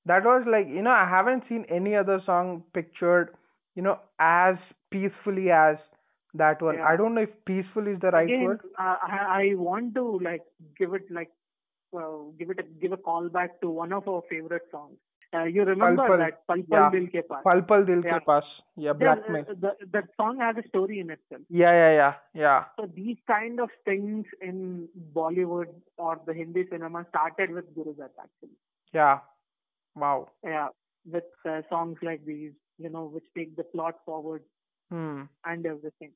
[SPEAKER 2] was like you know I haven't seen any other song pictured you know as peacefully as that one.
[SPEAKER 3] Yeah.
[SPEAKER 2] I don't know if peaceful is the right
[SPEAKER 3] Again,
[SPEAKER 2] word.
[SPEAKER 3] uh, I I want to like give it like uh, give it a, give a call back to one of our favorite songs. Uh, you remember
[SPEAKER 2] Pal Pal.
[SPEAKER 3] that Pal Pal
[SPEAKER 2] Yeah.
[SPEAKER 3] Dil Ke Paas?
[SPEAKER 2] पल पल दिल के
[SPEAKER 3] Yeah.
[SPEAKER 2] पास या
[SPEAKER 3] Yeah,
[SPEAKER 2] black में
[SPEAKER 3] uh, the, that song has a story in itself.
[SPEAKER 2] Yeah yeah yeah yeah
[SPEAKER 3] So these kind of things in Bollywood or the Hindi cinema started with Guru Dutt actually.
[SPEAKER 2] या wow
[SPEAKER 3] Yeah, with uh, songs like these, you know, which take the plot forward
[SPEAKER 2] hmm
[SPEAKER 3] and everything.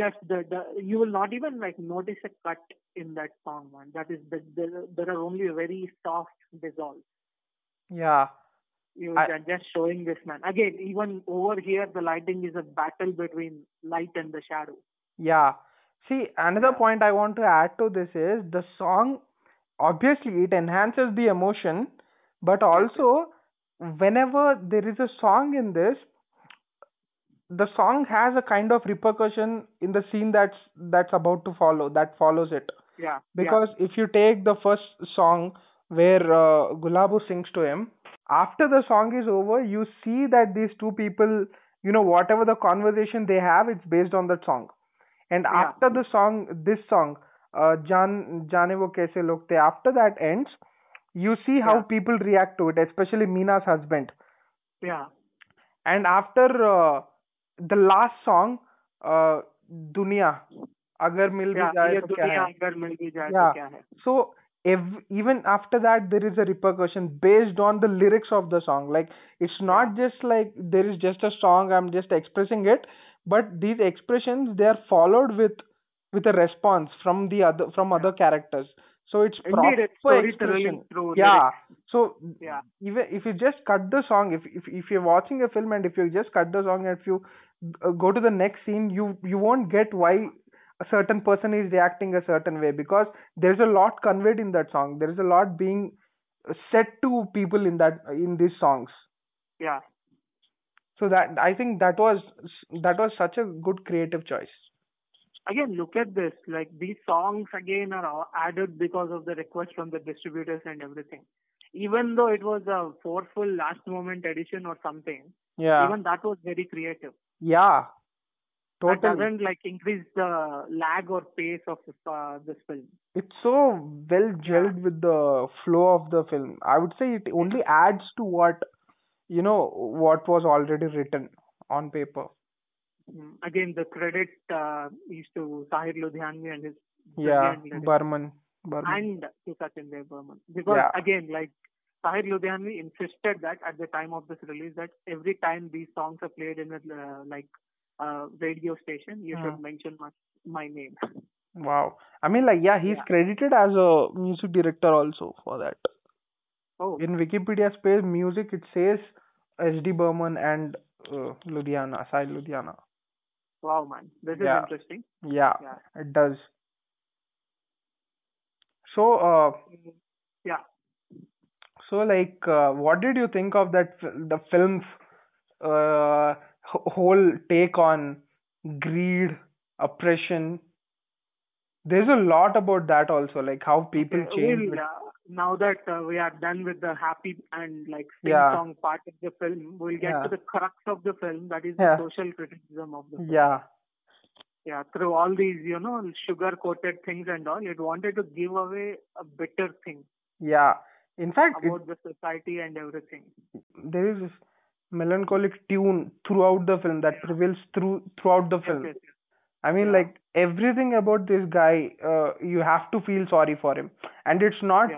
[SPEAKER 3] Just the, the you will not even like notice a cut in that song, man. That is the, the there are only very soft dissolves.
[SPEAKER 2] Yeah
[SPEAKER 3] You
[SPEAKER 2] I-
[SPEAKER 3] are just showing this man again. Even over here, the lighting is a battle between light and the shadow.
[SPEAKER 2] Yeah. See, another
[SPEAKER 3] Yeah.
[SPEAKER 2] point I want to add to this is the song obviously it enhances the emotion, but also whenever there is a song in this, the song has a kind of repercussion in the scene that's that's about to follow, that follows it.
[SPEAKER 3] Yeah,
[SPEAKER 2] Because if you take the first song where uh, Gulabu sings to him, after the song is over, you see that these two people, you know, whatever the conversation they have, it's based on that song. And
[SPEAKER 3] Yeah.
[SPEAKER 2] after the song, this song, uh, Jan, Jaane Wo Kaise Log The, after that ends, you see how
[SPEAKER 3] Yeah.
[SPEAKER 2] people react to it, especially Meena's husband.
[SPEAKER 3] yeah, yeah.
[SPEAKER 2] And after uh, the last song, uh, Dunia, Agar Mil Bhi
[SPEAKER 3] yeah,
[SPEAKER 2] Jaye
[SPEAKER 3] ये
[SPEAKER 2] To Kya Hai.
[SPEAKER 3] दुनिया अगर मिल भी जाए
[SPEAKER 2] Yeah.
[SPEAKER 3] तो क्या है
[SPEAKER 2] So ev- even after that, there is a repercussion based on the lyrics of the song. Like it's not just like there is just a song. I'm just expressing it, but these expressions they are followed with with a response from the other from other characters. So it's
[SPEAKER 3] Indeed,
[SPEAKER 2] proper
[SPEAKER 3] it's story
[SPEAKER 2] expression.
[SPEAKER 3] telling through
[SPEAKER 2] Yeah. So
[SPEAKER 3] Yeah.
[SPEAKER 2] even if you just cut the song, if if if you're watching a film and if you just cut the song and if you uh, go to the next scene, you you won't get why a certain person is reacting a certain way because there's a lot conveyed in that song. There is a lot being said to people in that in these songs.
[SPEAKER 3] yeah
[SPEAKER 2] So that I think that was that was such a good creative choice.
[SPEAKER 3] again look at this like these songs again are all added because of the request from the distributors and everything even though it was a forceful last moment addition or something
[SPEAKER 2] Yeah.
[SPEAKER 3] even that was very creative
[SPEAKER 2] yeah.
[SPEAKER 3] that
[SPEAKER 2] Totally.
[SPEAKER 3] doesn't like increase the lag or pace of uh, this film
[SPEAKER 2] It's so well gelled with the flow of the film. I would say it only adds to what you know what was already written on paper.
[SPEAKER 3] Mm, again the credit uh, is to sahir ludhianvi and his
[SPEAKER 2] Yeah.
[SPEAKER 3] brilliant lyrics.
[SPEAKER 2] Burman. Burman.
[SPEAKER 3] and to Sachin Dev Burman. Because
[SPEAKER 2] Yeah.
[SPEAKER 3] again, like Sahir Ludhianvi insisted that at the time of this release that every time these songs are played in a uh, like uh, radio station, you should
[SPEAKER 2] Hmm.
[SPEAKER 3] mention my, my name.
[SPEAKER 2] Wow. I mean, like, yeah, he's
[SPEAKER 3] Yeah.
[SPEAKER 2] credited as a music director also for that.
[SPEAKER 3] Oh,
[SPEAKER 2] In Wikipedia space music, it says S.D. Burman and uh, Ludhiana, Sai Ludhiana.
[SPEAKER 3] wow, man, this is
[SPEAKER 2] Yeah.
[SPEAKER 3] interesting.
[SPEAKER 2] Yeah,
[SPEAKER 3] Yeah.
[SPEAKER 2] it does. So, uh,
[SPEAKER 3] Yeah.
[SPEAKER 2] so like, uh, what did you think of that fil- the film's uh, wh- whole take on greed, oppression? There's a lot about that also, like how people
[SPEAKER 3] Okay,
[SPEAKER 2] change.
[SPEAKER 3] we'll,
[SPEAKER 2] with-
[SPEAKER 3] uh, now that uh, we are done with the happy and like sing
[SPEAKER 2] Yeah.
[SPEAKER 3] song part of the film, we'll get
[SPEAKER 2] Yeah.
[SPEAKER 3] to the crux of the film that is
[SPEAKER 2] Yeah.
[SPEAKER 3] the social criticism of the film.
[SPEAKER 2] yeah.
[SPEAKER 3] yeah, through all these, you know, sugar coated things and all, it wanted to give away a bitter thing
[SPEAKER 2] Yeah. In fact, it,
[SPEAKER 3] about the society and everything.
[SPEAKER 2] there is this melancholic tune throughout the film that prevails through throughout the
[SPEAKER 3] Yes,
[SPEAKER 2] film.
[SPEAKER 3] yes, yes.
[SPEAKER 2] I mean,
[SPEAKER 3] Yeah.
[SPEAKER 2] like everything about this guy, uh, you have to feel sorry for him, and it's not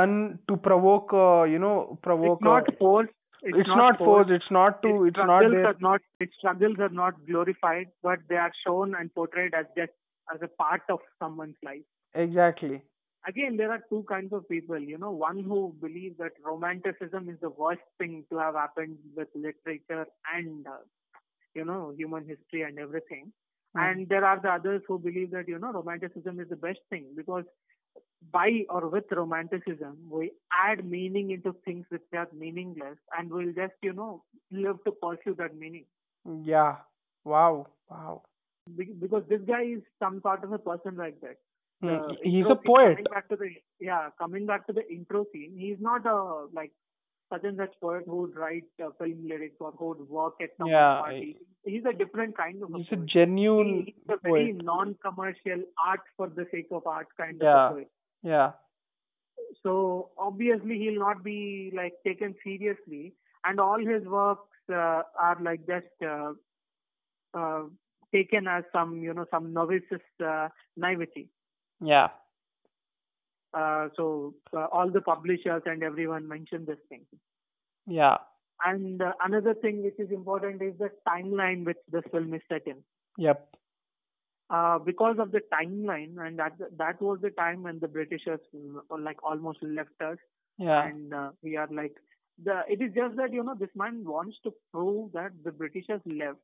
[SPEAKER 2] done to provoke, uh, you know, provoke.
[SPEAKER 3] It's not
[SPEAKER 2] uh,
[SPEAKER 3] forced.
[SPEAKER 2] it's, not forced. It's not to.
[SPEAKER 3] Its
[SPEAKER 2] It's not
[SPEAKER 3] struggles
[SPEAKER 2] there.
[SPEAKER 3] are not. Its struggles are not glorified, but they are shown and portrayed as just as a part of someone's life.
[SPEAKER 2] Exactly.
[SPEAKER 3] Again, there are two kinds of people. You know, one who believes that romanticism is the worst thing to have happened with literature and, uh, you know, human history and everything. And there are the others who believe that, you know, romanticism is the best thing because by or with romanticism, we add meaning into things which are meaningless and we'll just, you know, live to pursue that meaning.
[SPEAKER 2] Yeah. Wow. Wow.
[SPEAKER 3] Be- Because this guy is some sort of a person like that. Uh, The
[SPEAKER 2] Mm, He's
[SPEAKER 3] intro
[SPEAKER 2] a
[SPEAKER 3] scene,
[SPEAKER 2] poet.
[SPEAKER 3] Coming back to the, yeah, coming back to the intro scene, he's not a, like, such and such poet who would write uh, film lyrics or who would work at some
[SPEAKER 2] Yeah,
[SPEAKER 3] party. He's a different kind of a
[SPEAKER 2] He's a
[SPEAKER 3] poet.
[SPEAKER 2] genuine
[SPEAKER 3] It's a very
[SPEAKER 2] poet.
[SPEAKER 3] non-commercial art for the sake of art kind
[SPEAKER 2] Yeah.
[SPEAKER 3] of a way.
[SPEAKER 2] Yeah.
[SPEAKER 3] So obviously he'll not be like taken seriously, and all his works uh, are like just uh, uh, taken as some you know some novice's uh, naivety.
[SPEAKER 2] Yeah.
[SPEAKER 3] Uh, so uh, all the publishers and everyone mentioned this thing.
[SPEAKER 2] Yeah.
[SPEAKER 3] And uh, another thing which is important is the timeline which this film is set in.
[SPEAKER 2] Yep.
[SPEAKER 3] Uh, because of the timeline, and that that was the time when the Britishers uh, like almost left us,
[SPEAKER 2] Yeah.
[SPEAKER 3] and uh, we are like the. It is just that you know this man wants to prove that the Britishers left,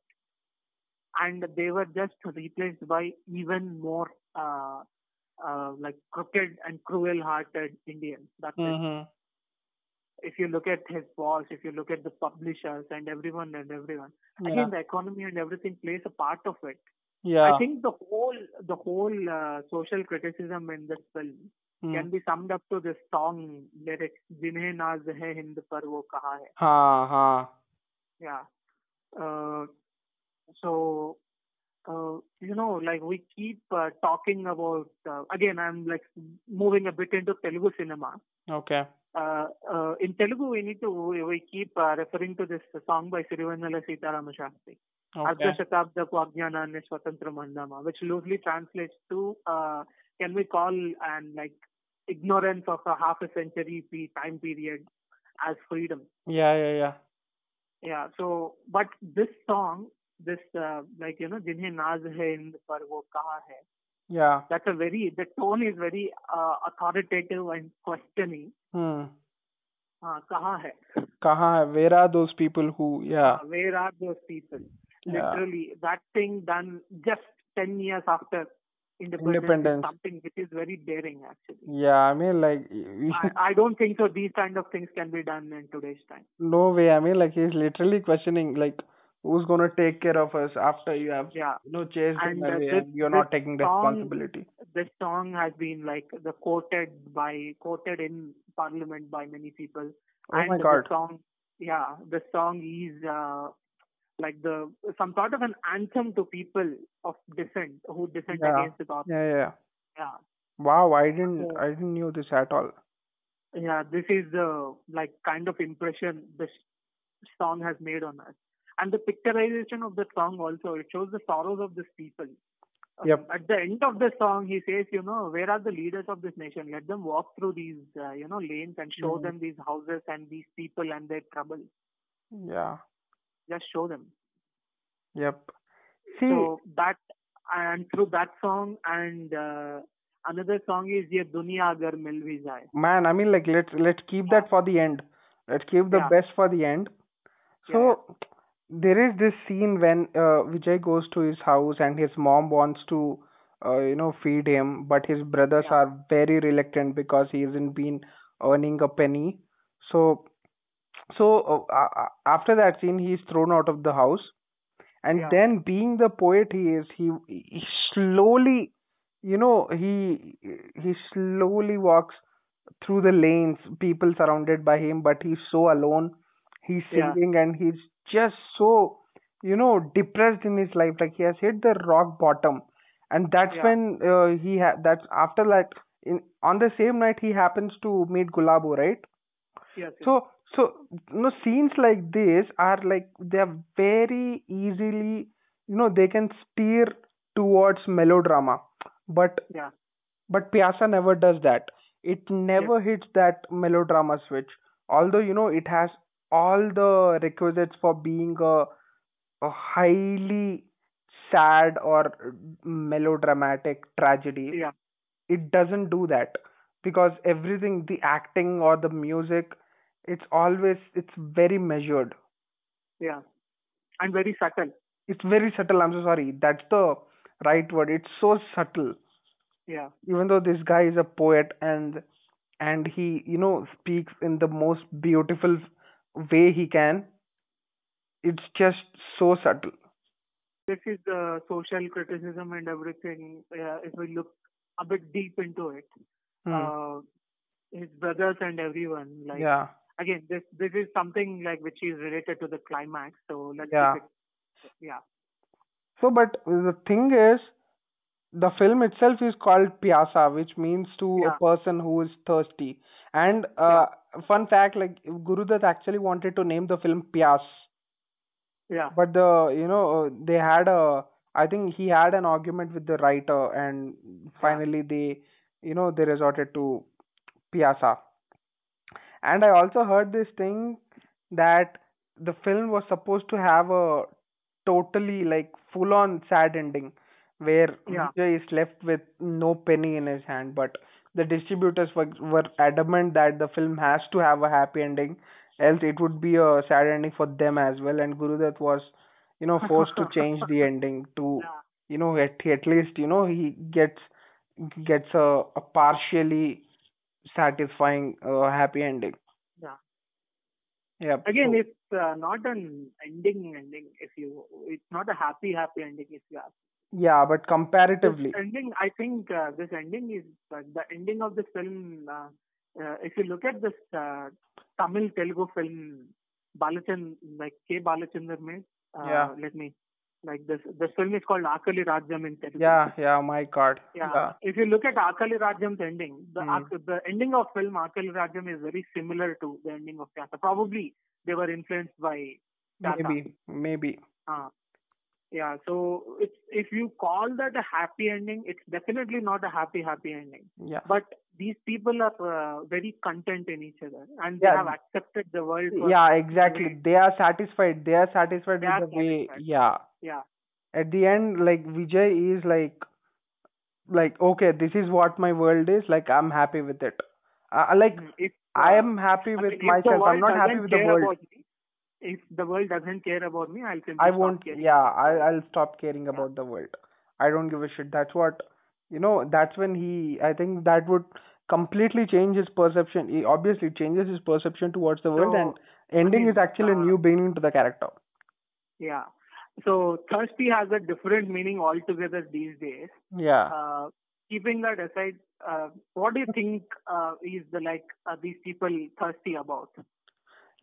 [SPEAKER 3] and they were just replaced by even more uh, uh, like crooked and cruel-hearted Indians. That's it
[SPEAKER 2] Mhm.
[SPEAKER 3] if you look at his boss, if you look at the publishers and everyone and everyone,
[SPEAKER 2] Yeah.
[SPEAKER 3] again the economy and everything plays a part of it.
[SPEAKER 2] Yeah.
[SPEAKER 3] I think the whole the whole uh, social criticism in this film
[SPEAKER 2] Mm.
[SPEAKER 3] can be summed up to this song lyrics, "Jinhe naz hai Hind par wo kaha hai."
[SPEAKER 2] हाँ हाँ
[SPEAKER 3] Yeah. Uh, so uh, you know, like we keep uh, talking about uh, again. I'm like moving a bit into Telugu cinema.
[SPEAKER 2] okay
[SPEAKER 3] uh, uh, in Telugu, we need to we, we keep uh, referring to this song by Sirivennela Sitaramu Shastri,
[SPEAKER 2] okay
[SPEAKER 3] Artha Shatabdaku Ajnananne Swatantram Andama, which loosely translates to uh, can we call and like ignorance of a half a century pe- time period as freedom?
[SPEAKER 2] yeah yeah yeah
[SPEAKER 3] Yeah. So, but this song, this uh, like you know, Jinhe Naz hai Hind par wo kaha hai.
[SPEAKER 2] yeah
[SPEAKER 3] That's a very the tone is very uh, authoritative and questioning.
[SPEAKER 2] hmm
[SPEAKER 3] Uh, kaha hai.
[SPEAKER 2] कहाँ है where are those people who yeah
[SPEAKER 3] Uh, where are those people?
[SPEAKER 2] Yeah.
[SPEAKER 3] Literally, that thing done just 10 years after independence,
[SPEAKER 2] Independence.
[SPEAKER 3] is something which is very daring, actually.
[SPEAKER 2] yeah I mean like
[SPEAKER 3] I, I don't think so. These kind of things can be done in today's time.
[SPEAKER 2] no way I mean like he's literally questioning like who's gonna take care of us after you have
[SPEAKER 3] Yeah,
[SPEAKER 2] you know chased
[SPEAKER 3] And,
[SPEAKER 2] him
[SPEAKER 3] uh,
[SPEAKER 2] away
[SPEAKER 3] this-
[SPEAKER 2] and you're
[SPEAKER 3] this
[SPEAKER 2] not taking
[SPEAKER 3] song-
[SPEAKER 2] responsibility
[SPEAKER 3] this song has been like the quoted by quoted in parliament by many people.
[SPEAKER 2] Oh
[SPEAKER 3] and
[SPEAKER 2] my
[SPEAKER 3] the
[SPEAKER 2] God.
[SPEAKER 3] song, yeah, the song is uh, like the some sort of an anthem to people of dissent who dissent
[SPEAKER 2] Yeah.
[SPEAKER 3] against the government.
[SPEAKER 2] yeah yeah
[SPEAKER 3] Yeah.
[SPEAKER 2] wow I didn't
[SPEAKER 3] So-
[SPEAKER 2] I didn't knew this at all
[SPEAKER 3] yeah this is the like kind of impression this song has made on us and the picturization of the song also it shows the sorrows of these people Um,
[SPEAKER 2] Yep.
[SPEAKER 3] at the end of the song he says you know where are the leaders of this nation let them walk through these uh, you know lanes and show
[SPEAKER 2] Mhm.
[SPEAKER 3] them these houses and these people and their trouble
[SPEAKER 2] yeah
[SPEAKER 3] just show them
[SPEAKER 2] yep see
[SPEAKER 3] so that and through that song and uh, another song is ye duniya agar mil bhi jaye
[SPEAKER 2] man i mean like let's let's keep that for the end let's keep the
[SPEAKER 3] Yeah.
[SPEAKER 2] best for the end
[SPEAKER 3] Yeah,
[SPEAKER 2] so there is this scene when uh, vijay goes to his house and his mom wants to uh, you know feed him but his brothers
[SPEAKER 3] Yeah.
[SPEAKER 2] are very reluctant because he hasn't been earning a penny so so uh, a- a- after that scene he's thrown out of the house and
[SPEAKER 3] Yeah.
[SPEAKER 2] then being the poet he is he, he slowly you know he he slowly walks through the lanes people surrounded by him but he's so alone he's
[SPEAKER 3] Yeah.
[SPEAKER 2] singing and he's just so you know depressed in his life like he has hit the rock bottom and that's
[SPEAKER 3] Yeah.
[SPEAKER 2] when uh, he ha- that's after that in on the same night he happens to meet gulabo right
[SPEAKER 3] yes, yes.
[SPEAKER 2] so so you know scenes like this are like they are very easily you know they can steer towards melodrama but
[SPEAKER 3] yeah
[SPEAKER 2] but Pyasa never does that. It never hits that melodrama switch. Although, you know, it has all the requisites for being a, a highly sad or melodramatic tragedy.
[SPEAKER 3] yeah
[SPEAKER 2] It doesn't do that because everything, the acting or the music, it's always, it's very measured.
[SPEAKER 3] Yeah. And very subtle.
[SPEAKER 2] It's very subtle. I'm so sorry. That's the right word. It's so subtle.
[SPEAKER 3] Yeah.
[SPEAKER 2] even though this guy is a poet and and he you know speaks in the most beautiful way he can it's just so subtle
[SPEAKER 3] This is the social criticism and everything. Uh, if we look a bit deep into it,
[SPEAKER 2] Hmm.
[SPEAKER 3] uh, his brothers and everyone, like,
[SPEAKER 2] yeah
[SPEAKER 3] again, this, this is something like which is related to the climax. So let's,
[SPEAKER 2] Yeah.
[SPEAKER 3] keep it, yeah,
[SPEAKER 2] so but the thing is the film itself is called Pyasa, which means to a
[SPEAKER 3] Yeah.
[SPEAKER 2] person who is thirsty. And uh, fun fact, like Gurudat actually wanted to name the film Pyas,
[SPEAKER 3] Yeah.
[SPEAKER 2] but the you know uh, they had a I think he had an argument with the writer, and finally they you know they resorted to Pyasa. And I also heard this thing that the film was supposed to have a totally like full on sad ending where
[SPEAKER 3] Yeah.
[SPEAKER 2] Vijay is left with no penny in his hand but the distributors were, were adamant that the film has to have a happy ending else it would be a sad ending for them as well and Gurudat was you know forced to change the ending to
[SPEAKER 3] Yeah.
[SPEAKER 2] you know at, at least you know he gets gets a, a partially satisfying uh, happy ending
[SPEAKER 3] Yeah.
[SPEAKER 2] yeah
[SPEAKER 3] Again, it's uh, not an ending ending. If you, it's not a happy happy ending. If you ask.
[SPEAKER 2] yeah but comparatively
[SPEAKER 3] This ending, I think uh, this ending is uh, the ending of this film. Uh, uh, if you look at this uh, Tamil Telugu film, Balachan, like K. Balachandar made. Uh,
[SPEAKER 2] Yeah.
[SPEAKER 3] Let me, like this. This film is called Akali Rajyam in Telugu.
[SPEAKER 2] Yeah, yeah, my God.
[SPEAKER 3] Yeah. If you look at Akali Rajyam's ending, the
[SPEAKER 2] Hmm.
[SPEAKER 3] Ak- the ending of film Akali Rajyam is very similar to the ending of Pyasa. Probably they were influenced by Tata.
[SPEAKER 2] maybe, maybe.
[SPEAKER 3] Uh, yeah. So it's, if you call that a happy ending, it's definitely not a happy happy ending.
[SPEAKER 2] Yeah,
[SPEAKER 3] But these people are uh, very content in each other, and they
[SPEAKER 2] Yeah.
[SPEAKER 3] have accepted the world. for-
[SPEAKER 2] yeah, exactly. They are satisfied. They are satisfied
[SPEAKER 3] uh, They
[SPEAKER 2] with
[SPEAKER 3] are
[SPEAKER 2] the way.
[SPEAKER 3] satisfied.
[SPEAKER 2] Yeah.
[SPEAKER 3] Yeah.
[SPEAKER 2] At the end, like Vijay is like, like okay, this is what my world is. Like I'm happy with it. Uh, like
[SPEAKER 3] Mm. If,
[SPEAKER 2] I
[SPEAKER 3] uh,
[SPEAKER 2] am happy
[SPEAKER 3] I
[SPEAKER 2] with
[SPEAKER 3] mean, if the
[SPEAKER 2] myself. I'm
[SPEAKER 3] world
[SPEAKER 2] not happy
[SPEAKER 3] doesn't
[SPEAKER 2] with the
[SPEAKER 3] care
[SPEAKER 2] world.
[SPEAKER 3] about me, if the world doesn't care about me, I'll simply
[SPEAKER 2] I
[SPEAKER 3] stop
[SPEAKER 2] won't.
[SPEAKER 3] caring.
[SPEAKER 2] Yeah, I I'll stop caring about the world. I don't give a shit. That's what you know. That's when he. I think that would completely change his perception. He obviously changes his perception towards the world,
[SPEAKER 3] So,
[SPEAKER 2] and ending
[SPEAKER 3] mean,
[SPEAKER 2] is actually a
[SPEAKER 3] uh,
[SPEAKER 2] new beginning to the character.
[SPEAKER 3] Yeah. So thirsty has a different meaning altogether these days.
[SPEAKER 2] Yeah.
[SPEAKER 3] Uh, keeping that aside, uh, what do you think uh, is the like uh, these people thirsty about?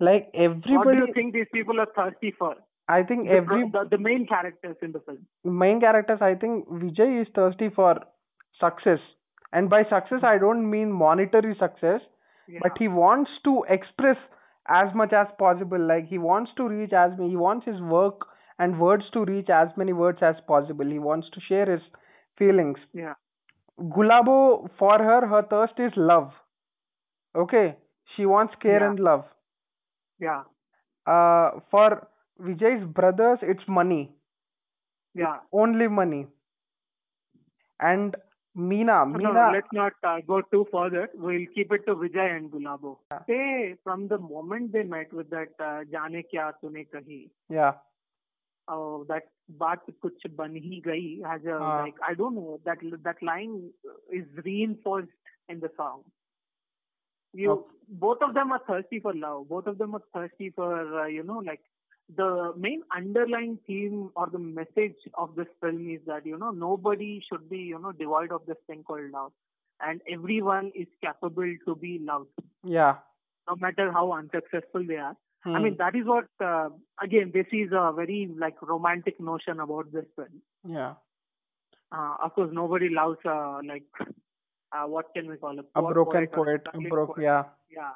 [SPEAKER 2] like
[SPEAKER 3] What do
[SPEAKER 2] everybody.
[SPEAKER 3] you think these people are thirsty for?
[SPEAKER 2] I think
[SPEAKER 3] The pro-
[SPEAKER 2] every
[SPEAKER 3] the, the main characters in the film.
[SPEAKER 2] main characters. I think Vijay is thirsty for success, and by success I don't mean monetary success.
[SPEAKER 3] Yeah.
[SPEAKER 2] but he wants to express as much as possible like he wants to reach as many he wants his work and words to reach as many words as possible he wants to share his feelings
[SPEAKER 3] yeah.
[SPEAKER 2] gulabo for her her thirst is love okay she wants care
[SPEAKER 3] Yeah.
[SPEAKER 2] and love
[SPEAKER 3] Yeah.
[SPEAKER 2] uh for vijay's brothers it's money
[SPEAKER 3] Yeah.
[SPEAKER 2] only money and meena
[SPEAKER 3] No,
[SPEAKER 2] meena
[SPEAKER 3] no, let's not uh, go too further. We'll keep it to Vijay and Gulabo. They, from the moment they met with that uh, Jaane Kya Tune Kahi,
[SPEAKER 2] yeah
[SPEAKER 3] oh, that baat kuch ban hi gayi has a
[SPEAKER 2] Ah.
[SPEAKER 3] like I don't know that that line is reinforced in the song. You
[SPEAKER 2] Okay.
[SPEAKER 3] both of them are thirsty for love. Both of them are thirsty for uh, you know like the main underlying theme or the message of this film is that you know nobody should be you know devoid of this thing called love, and everyone is capable to be loved,
[SPEAKER 2] yeah
[SPEAKER 3] no matter how unsuccessful they are. I
[SPEAKER 2] Hmm.
[SPEAKER 3] mean, that is what, uh, again, this is a very like romantic notion about this film.
[SPEAKER 2] Hmm, yeah
[SPEAKER 3] Uh, of course, nobody loves, uh, like, uh, what can we call it?
[SPEAKER 2] a broken
[SPEAKER 3] or
[SPEAKER 2] poet
[SPEAKER 3] struggling
[SPEAKER 2] broke
[SPEAKER 3] poet.
[SPEAKER 2] yeah
[SPEAKER 3] Yeah.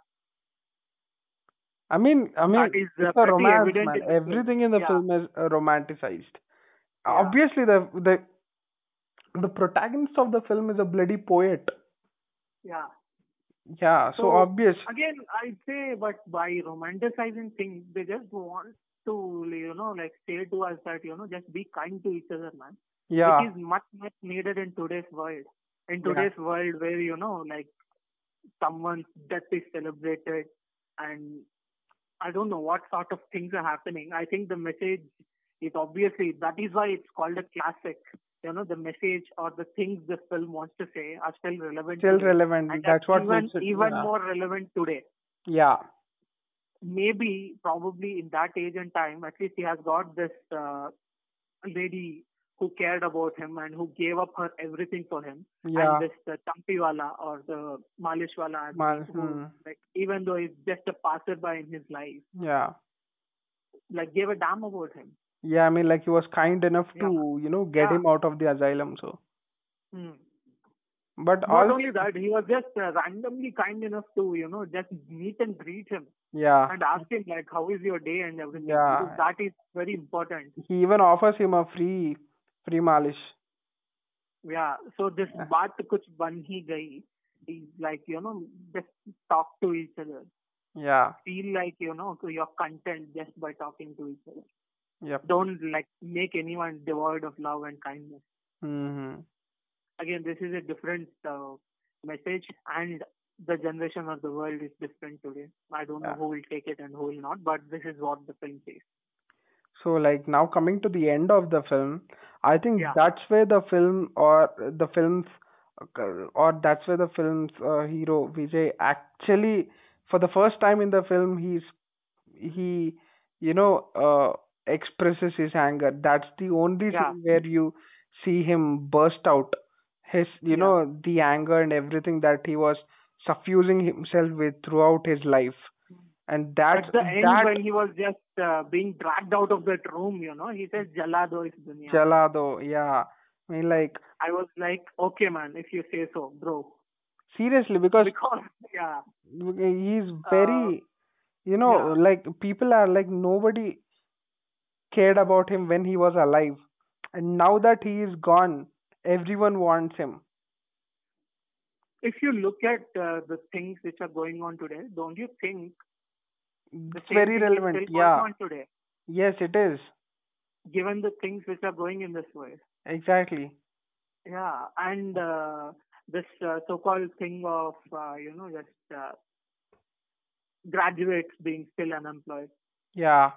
[SPEAKER 2] I mean, I mean,
[SPEAKER 3] That is, uh,
[SPEAKER 2] it's a
[SPEAKER 3] pretty
[SPEAKER 2] romance,
[SPEAKER 3] evident
[SPEAKER 2] man.
[SPEAKER 3] in the film.
[SPEAKER 2] Everything in the
[SPEAKER 3] Yeah.
[SPEAKER 2] film is uh, romanticized.
[SPEAKER 3] Yeah.
[SPEAKER 2] Obviously, the the the protagonist of the film is a bloody poet.
[SPEAKER 3] Yeah.
[SPEAKER 2] Yeah, so,
[SPEAKER 3] So,
[SPEAKER 2] obvious.
[SPEAKER 3] Again, I'd say, but by romanticizing things, they just want to, you know, like say to us that, you know, just be kind to each other, man.
[SPEAKER 2] Yeah,
[SPEAKER 3] Which is much, much needed in today's world. In
[SPEAKER 2] Yeah.
[SPEAKER 3] today's world where, you know, like someone's death is celebrated and I don't know what sort of things are happening. I think the message is obviously that is why it's called a classic. You know, the message or the things the film wants to say are still relevant.
[SPEAKER 2] still
[SPEAKER 3] today.
[SPEAKER 2] relevant.
[SPEAKER 3] And
[SPEAKER 2] That's what
[SPEAKER 3] even,
[SPEAKER 2] makes it.
[SPEAKER 3] even
[SPEAKER 2] yeah.
[SPEAKER 3] more relevant today.
[SPEAKER 2] Yeah,
[SPEAKER 3] Maybe, probably in that age and time, at least he has got this uh, lady who cared about him and who gave up her everything for him.
[SPEAKER 2] yeah.
[SPEAKER 3] And this uh, Tampiwala or the Malishwala, as
[SPEAKER 2] Man,
[SPEAKER 3] who,
[SPEAKER 2] hmm,
[SPEAKER 3] like, even though he's just a passerby in his life,
[SPEAKER 2] yeah,
[SPEAKER 3] like gave a damn about him.
[SPEAKER 2] yeah. I mean, like he was kind enough
[SPEAKER 3] Yeah.
[SPEAKER 2] to you know get
[SPEAKER 3] Yeah.
[SPEAKER 2] him out of the asylum. So
[SPEAKER 3] Hmm.
[SPEAKER 2] But
[SPEAKER 3] Not
[SPEAKER 2] all
[SPEAKER 3] only that, he was just uh, randomly kind enough to, you know, just meet and greet him
[SPEAKER 2] yeah,
[SPEAKER 3] and ask him, like, how is your day and everything.
[SPEAKER 2] Yeah.
[SPEAKER 3] Because that is very important.
[SPEAKER 2] he even offers him a free free malish.
[SPEAKER 3] Yeah. So this बात कुछ बन ही गई. He's like, you know, just talk to each other.
[SPEAKER 2] Yeah.
[SPEAKER 3] Feel like, you know, your content just by talking to each other.
[SPEAKER 2] Yep.
[SPEAKER 3] Don't like make anyone devoid of love and kindness.
[SPEAKER 2] hmm
[SPEAKER 3] Again, this is a different uh, message and the generation of the world is different today. I don't know
[SPEAKER 2] Yeah.
[SPEAKER 3] who will take it and who will not, but this is what the film says.
[SPEAKER 2] So like now coming to the end of the film, I think
[SPEAKER 3] Yeah.
[SPEAKER 2] that's where the film or the film's or that's where the film's uh, hero Vijay actually for the first time in the film he's he you know uh, expresses his anger. That's the only
[SPEAKER 3] Yeah.
[SPEAKER 2] thing where you see him burst out his you
[SPEAKER 3] Yeah.
[SPEAKER 2] know the anger and everything that he was suffusing himself with throughout his life. And that's
[SPEAKER 3] At the end,
[SPEAKER 2] that
[SPEAKER 3] when he was just uh, being dragged out of that room, you know, he says, "Jala do is dunya."
[SPEAKER 2] Chala do, yeah. I mean, like
[SPEAKER 3] I was like, okay, man, if you say so, bro.
[SPEAKER 2] seriously, because
[SPEAKER 3] Because yeah,
[SPEAKER 2] he's very, you know,
[SPEAKER 3] Uh, yeah.
[SPEAKER 2] like people are like nobody cared about him when he was alive, and now that he is gone, everyone wants him.
[SPEAKER 3] if you look at uh, the things which are going on today, don't you think the
[SPEAKER 2] It's
[SPEAKER 3] same
[SPEAKER 2] very
[SPEAKER 3] thing is
[SPEAKER 2] relevant,
[SPEAKER 3] still
[SPEAKER 2] yeah.
[SPEAKER 3] going on today?
[SPEAKER 2] Yes, it is
[SPEAKER 3] Given the things which are going in this world,
[SPEAKER 2] exactly.
[SPEAKER 3] yeah, and uh, this uh, so-called thing of uh, you know just uh, graduates being still unemployed.
[SPEAKER 2] Yeah,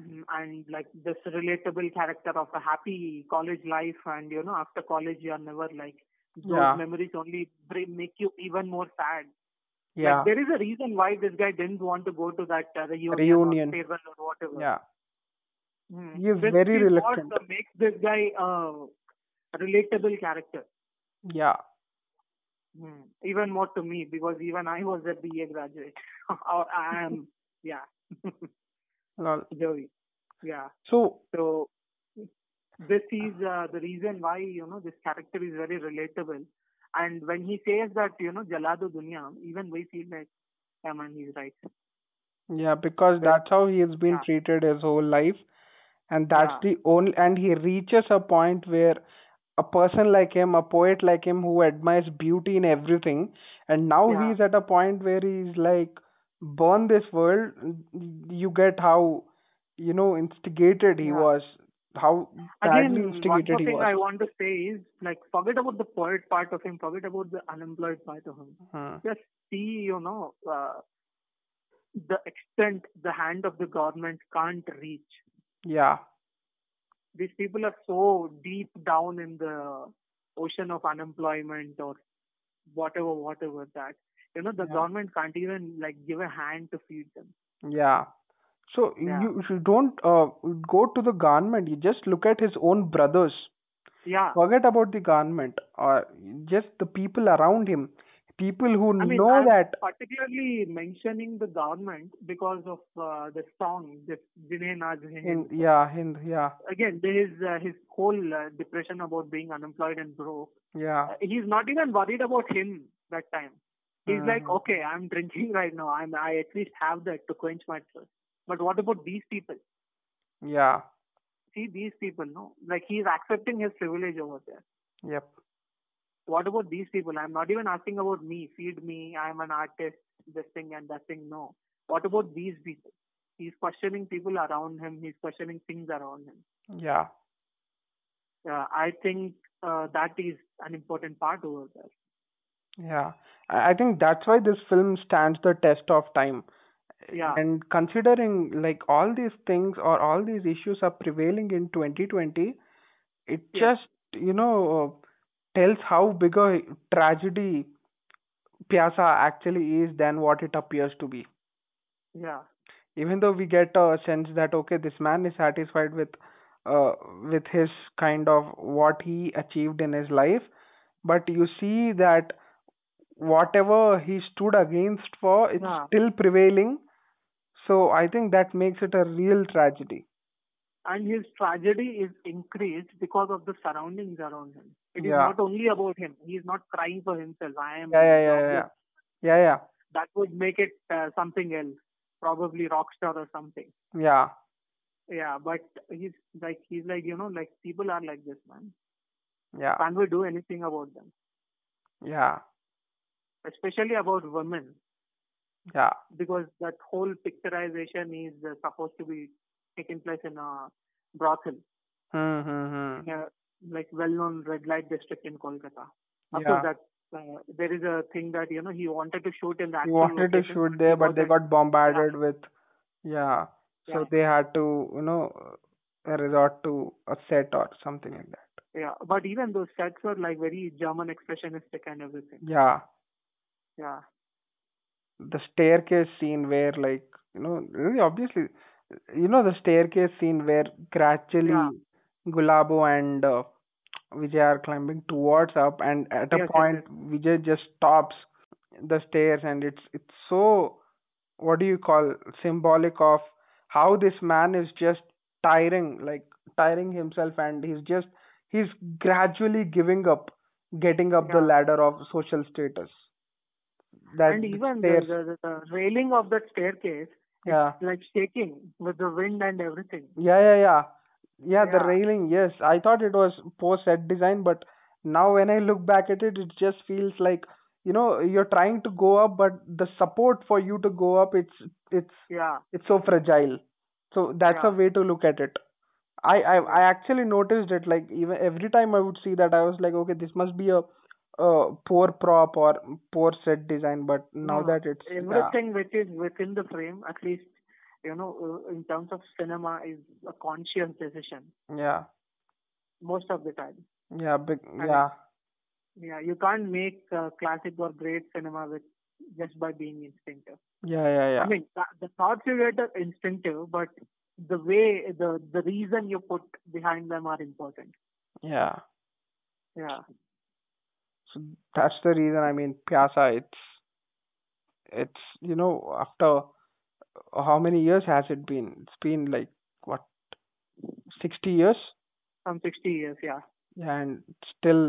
[SPEAKER 3] Mm, and like this relatable character of a happy college life and you know after college you are never like those
[SPEAKER 2] Yeah.
[SPEAKER 3] memories only bring, make you even more sad
[SPEAKER 2] yeah,
[SPEAKER 3] like there is a reason why this guy didn't want to go to that uh, reunion,
[SPEAKER 2] Reunion.
[SPEAKER 3] or farewell or whatever
[SPEAKER 2] yeah,
[SPEAKER 3] Hmm.
[SPEAKER 2] He is
[SPEAKER 3] This
[SPEAKER 2] very
[SPEAKER 3] is
[SPEAKER 2] reluctant.
[SPEAKER 3] what uh, makes this guy a relatable character
[SPEAKER 2] yeah.
[SPEAKER 3] Hmm. even more to me because even i was a ba graduate or i am yeah
[SPEAKER 2] Lol.
[SPEAKER 3] joey yeah
[SPEAKER 2] So
[SPEAKER 3] So this is uh, the reason why you know this character is very relatable. And when he says that you know Jalado Dunya, even we feel like, yeah man, he's right.
[SPEAKER 2] Yeah, because that's how he has been
[SPEAKER 3] Yeah.
[SPEAKER 2] treated his whole life, and that's
[SPEAKER 3] Yeah.
[SPEAKER 2] the only. And he reaches a point where a person like him, a poet like him, who admires beauty in everything, and now
[SPEAKER 3] Yeah.
[SPEAKER 2] he's at a point where he's like, "Burn this world." You get how, you know, instigated he
[SPEAKER 3] Yeah.
[SPEAKER 2] was, how badly
[SPEAKER 3] Again, one more
[SPEAKER 2] instigated he
[SPEAKER 3] thing I
[SPEAKER 2] was.
[SPEAKER 3] want to say is like forget about the poet part of him, forget about the unemployed part of him.
[SPEAKER 2] Hmm.
[SPEAKER 3] Just see, you know, uh, the extent the hand of the government can't reach.
[SPEAKER 2] Yeah,
[SPEAKER 3] these people are so deep down in the ocean of unemployment or whatever whatever that you know the
[SPEAKER 2] Yeah.
[SPEAKER 3] government can't even like give a hand to feed them
[SPEAKER 2] yeah. So
[SPEAKER 3] Yeah.
[SPEAKER 2] you you don't uh, go to the government. You just look at his own brothers.
[SPEAKER 3] yeah
[SPEAKER 2] forget about the government or just the people around him people who
[SPEAKER 3] i mean
[SPEAKER 2] know
[SPEAKER 3] I'm
[SPEAKER 2] that
[SPEAKER 3] particularly mentioning the government because of uh, the song this Jine Naaz Hind.
[SPEAKER 2] in yeah hind yeah
[SPEAKER 3] again his uh, his whole uh, depression about being unemployed and broke
[SPEAKER 2] yeah
[SPEAKER 3] uh, he's not even worried about him that time. He's like,
[SPEAKER 2] Mhm.
[SPEAKER 3] okay, I'm drinking right now. I'm I at least have that to quench my thirst. But what about these people?
[SPEAKER 2] yeah
[SPEAKER 3] See these people, no? Like he's accepting his privilege over there.
[SPEAKER 2] yep
[SPEAKER 3] What about these people? I'm not even asking about me. Feed me. I'm an artist. This thing and that thing. No. What about these people? He's questioning people around him. He's questioning things around him.
[SPEAKER 2] yeah
[SPEAKER 3] Uh, I think uh, that is an important part over there.
[SPEAKER 2] yeah i I think that's why this film stands the test of time
[SPEAKER 3] Yeah.
[SPEAKER 2] and considering like all these things or all these issues are prevailing in 2020 it
[SPEAKER 3] Yeah.
[SPEAKER 2] just you know tells how big a tragedy piazza actually is than what it appears to be
[SPEAKER 3] Yeah.
[SPEAKER 2] even though we get a sense that okay this man is satisfied with uh, with his kind of what he achieved in his life but you see that whatever he stood against for it's
[SPEAKER 3] Yeah.
[SPEAKER 2] still prevailing so i think that makes it a real tragedy
[SPEAKER 3] and his tragedy is increased because of the surroundings around him. It is
[SPEAKER 2] Yeah.
[SPEAKER 3] not only about him. He is not crying for himself. I am.
[SPEAKER 2] Yeah, yeah, yeah, yeah, yeah. Yeah, yeah.
[SPEAKER 3] That would make it uh, something else, probably rockstar or something.
[SPEAKER 2] Yeah.
[SPEAKER 3] Yeah, but he's like he's like you know like people are like this man.
[SPEAKER 2] Yeah.
[SPEAKER 3] Can't we do anything about them?
[SPEAKER 2] Yeah.
[SPEAKER 3] Especially about women,
[SPEAKER 2] Yeah.
[SPEAKER 3] because that whole picturization is uh, supposed to be taking place in a brothel,
[SPEAKER 2] Hmm, hmm, hmm.
[SPEAKER 3] yeah, like well-known red light district in Kolkata. Of
[SPEAKER 2] Yeah.
[SPEAKER 3] course, that uh, there is a thing that you know he wanted to shoot in that.
[SPEAKER 2] He wanted to shoot there, but they got bombarded with, yeah. So
[SPEAKER 3] Yeah.
[SPEAKER 2] they had to, you know, uh, resort to a set or something like that.
[SPEAKER 3] Yeah, but even those sets were like very German expressionistic and everything.
[SPEAKER 2] Yeah.
[SPEAKER 3] Yeah,
[SPEAKER 2] the staircase scene where like you know really obviously you know the staircase scene where gradually
[SPEAKER 3] Yeah.
[SPEAKER 2] Gulabo and uh, Vijay are climbing towards up and at
[SPEAKER 3] Yes,
[SPEAKER 2] a
[SPEAKER 3] yes,
[SPEAKER 2] point Vijay just stops the stairs and it's it's so what do you call symbolic of how this man is just tiring like tiring himself and he's just he's gradually giving up getting up the
[SPEAKER 3] Yeah.
[SPEAKER 2] ladder of social status that
[SPEAKER 3] and even the,
[SPEAKER 2] stairs
[SPEAKER 3] the, the, the railing of that staircase
[SPEAKER 2] yeah.
[SPEAKER 3] like shaking with the wind and everything.
[SPEAKER 2] Yeah, yeah, yeah. Yeah, the
[SPEAKER 3] Yeah.
[SPEAKER 2] railing, yes. I thought it was post set design, but now when I look back at it, it just feels like, you know, you're trying to go up, but the support for you to go up, it's it's
[SPEAKER 3] Yeah,
[SPEAKER 2] it's so fragile. So that's
[SPEAKER 3] Yeah.
[SPEAKER 2] a way to look at it. I, I I actually noticed it like even every time I would see that I was like, okay, this must be a, a poor prop or poor set design, but now
[SPEAKER 3] No,
[SPEAKER 2] that it's yeah.
[SPEAKER 3] everything which is within the frame, at least you know, uh, in terms of cinema, is a conscious decision
[SPEAKER 2] yeah
[SPEAKER 3] most of the time.
[SPEAKER 2] yeah big
[SPEAKER 3] And-
[SPEAKER 2] yeah
[SPEAKER 3] Yeah, you can't make uh, classic or great cinema with just by being instinctive.
[SPEAKER 2] yeah yeah yeah
[SPEAKER 3] I mean, the, the thoughts you get are instinctive, but the way the the reason you put behind them are important.
[SPEAKER 2] yeah.
[SPEAKER 3] Yeah,
[SPEAKER 2] So that's the reason. I mean, Pyasa. It's it's you know after how many years has it been? It's been like what sixty years,
[SPEAKER 3] some 60 years. Yeah,
[SPEAKER 2] and still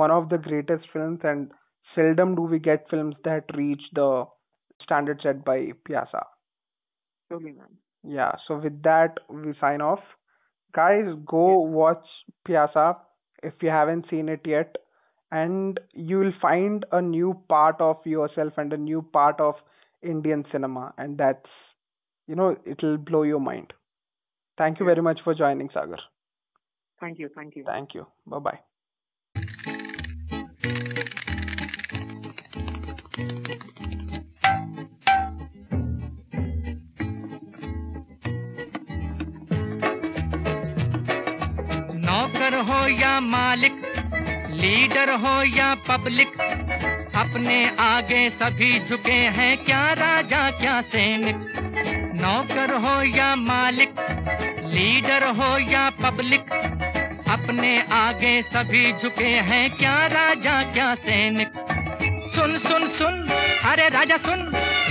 [SPEAKER 2] one of the greatest films. And seldom do we get films that reach the standard set by Pyasa.
[SPEAKER 3] truly, man.
[SPEAKER 2] Yeah. So with that, we sign off. Guys, go watch Pyasa if you haven't seen it yet, and you'll find a new part of yourself and a new part of Indian cinema, and that's you know it'll blow your mind. Thank you very much for joining, Sagar.
[SPEAKER 3] Thank you, thank you.
[SPEAKER 2] Thank you. Bye bye.
[SPEAKER 4] नौकर हो या मालिक leader हो या public अपने आगे सभी झुके हैं क्या राजा क्या सैनिक नौकर हो या मालिक लीडर हो या पब्लिक अपने आगे सभी झुके हैं क्या राजा क्या सैनिक सुन सुन सुन अरे राजा सुन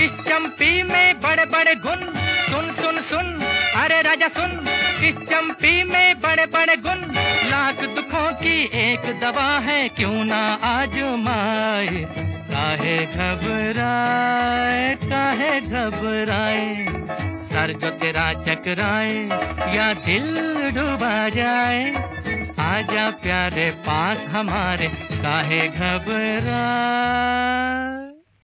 [SPEAKER 4] इस चंपी में बड़े बड़े गुण सुन सुन सुन अरे राजा सुन इस चंपी में बड़े बड़े गुण लाख दुखों की एक दवा है क्यों ना आजमाए काहे घबराए काहे घबराए सर जो तेरा चकराए या दिल डूबा जाए आजा प्यारे पास हमारे काहे घबरा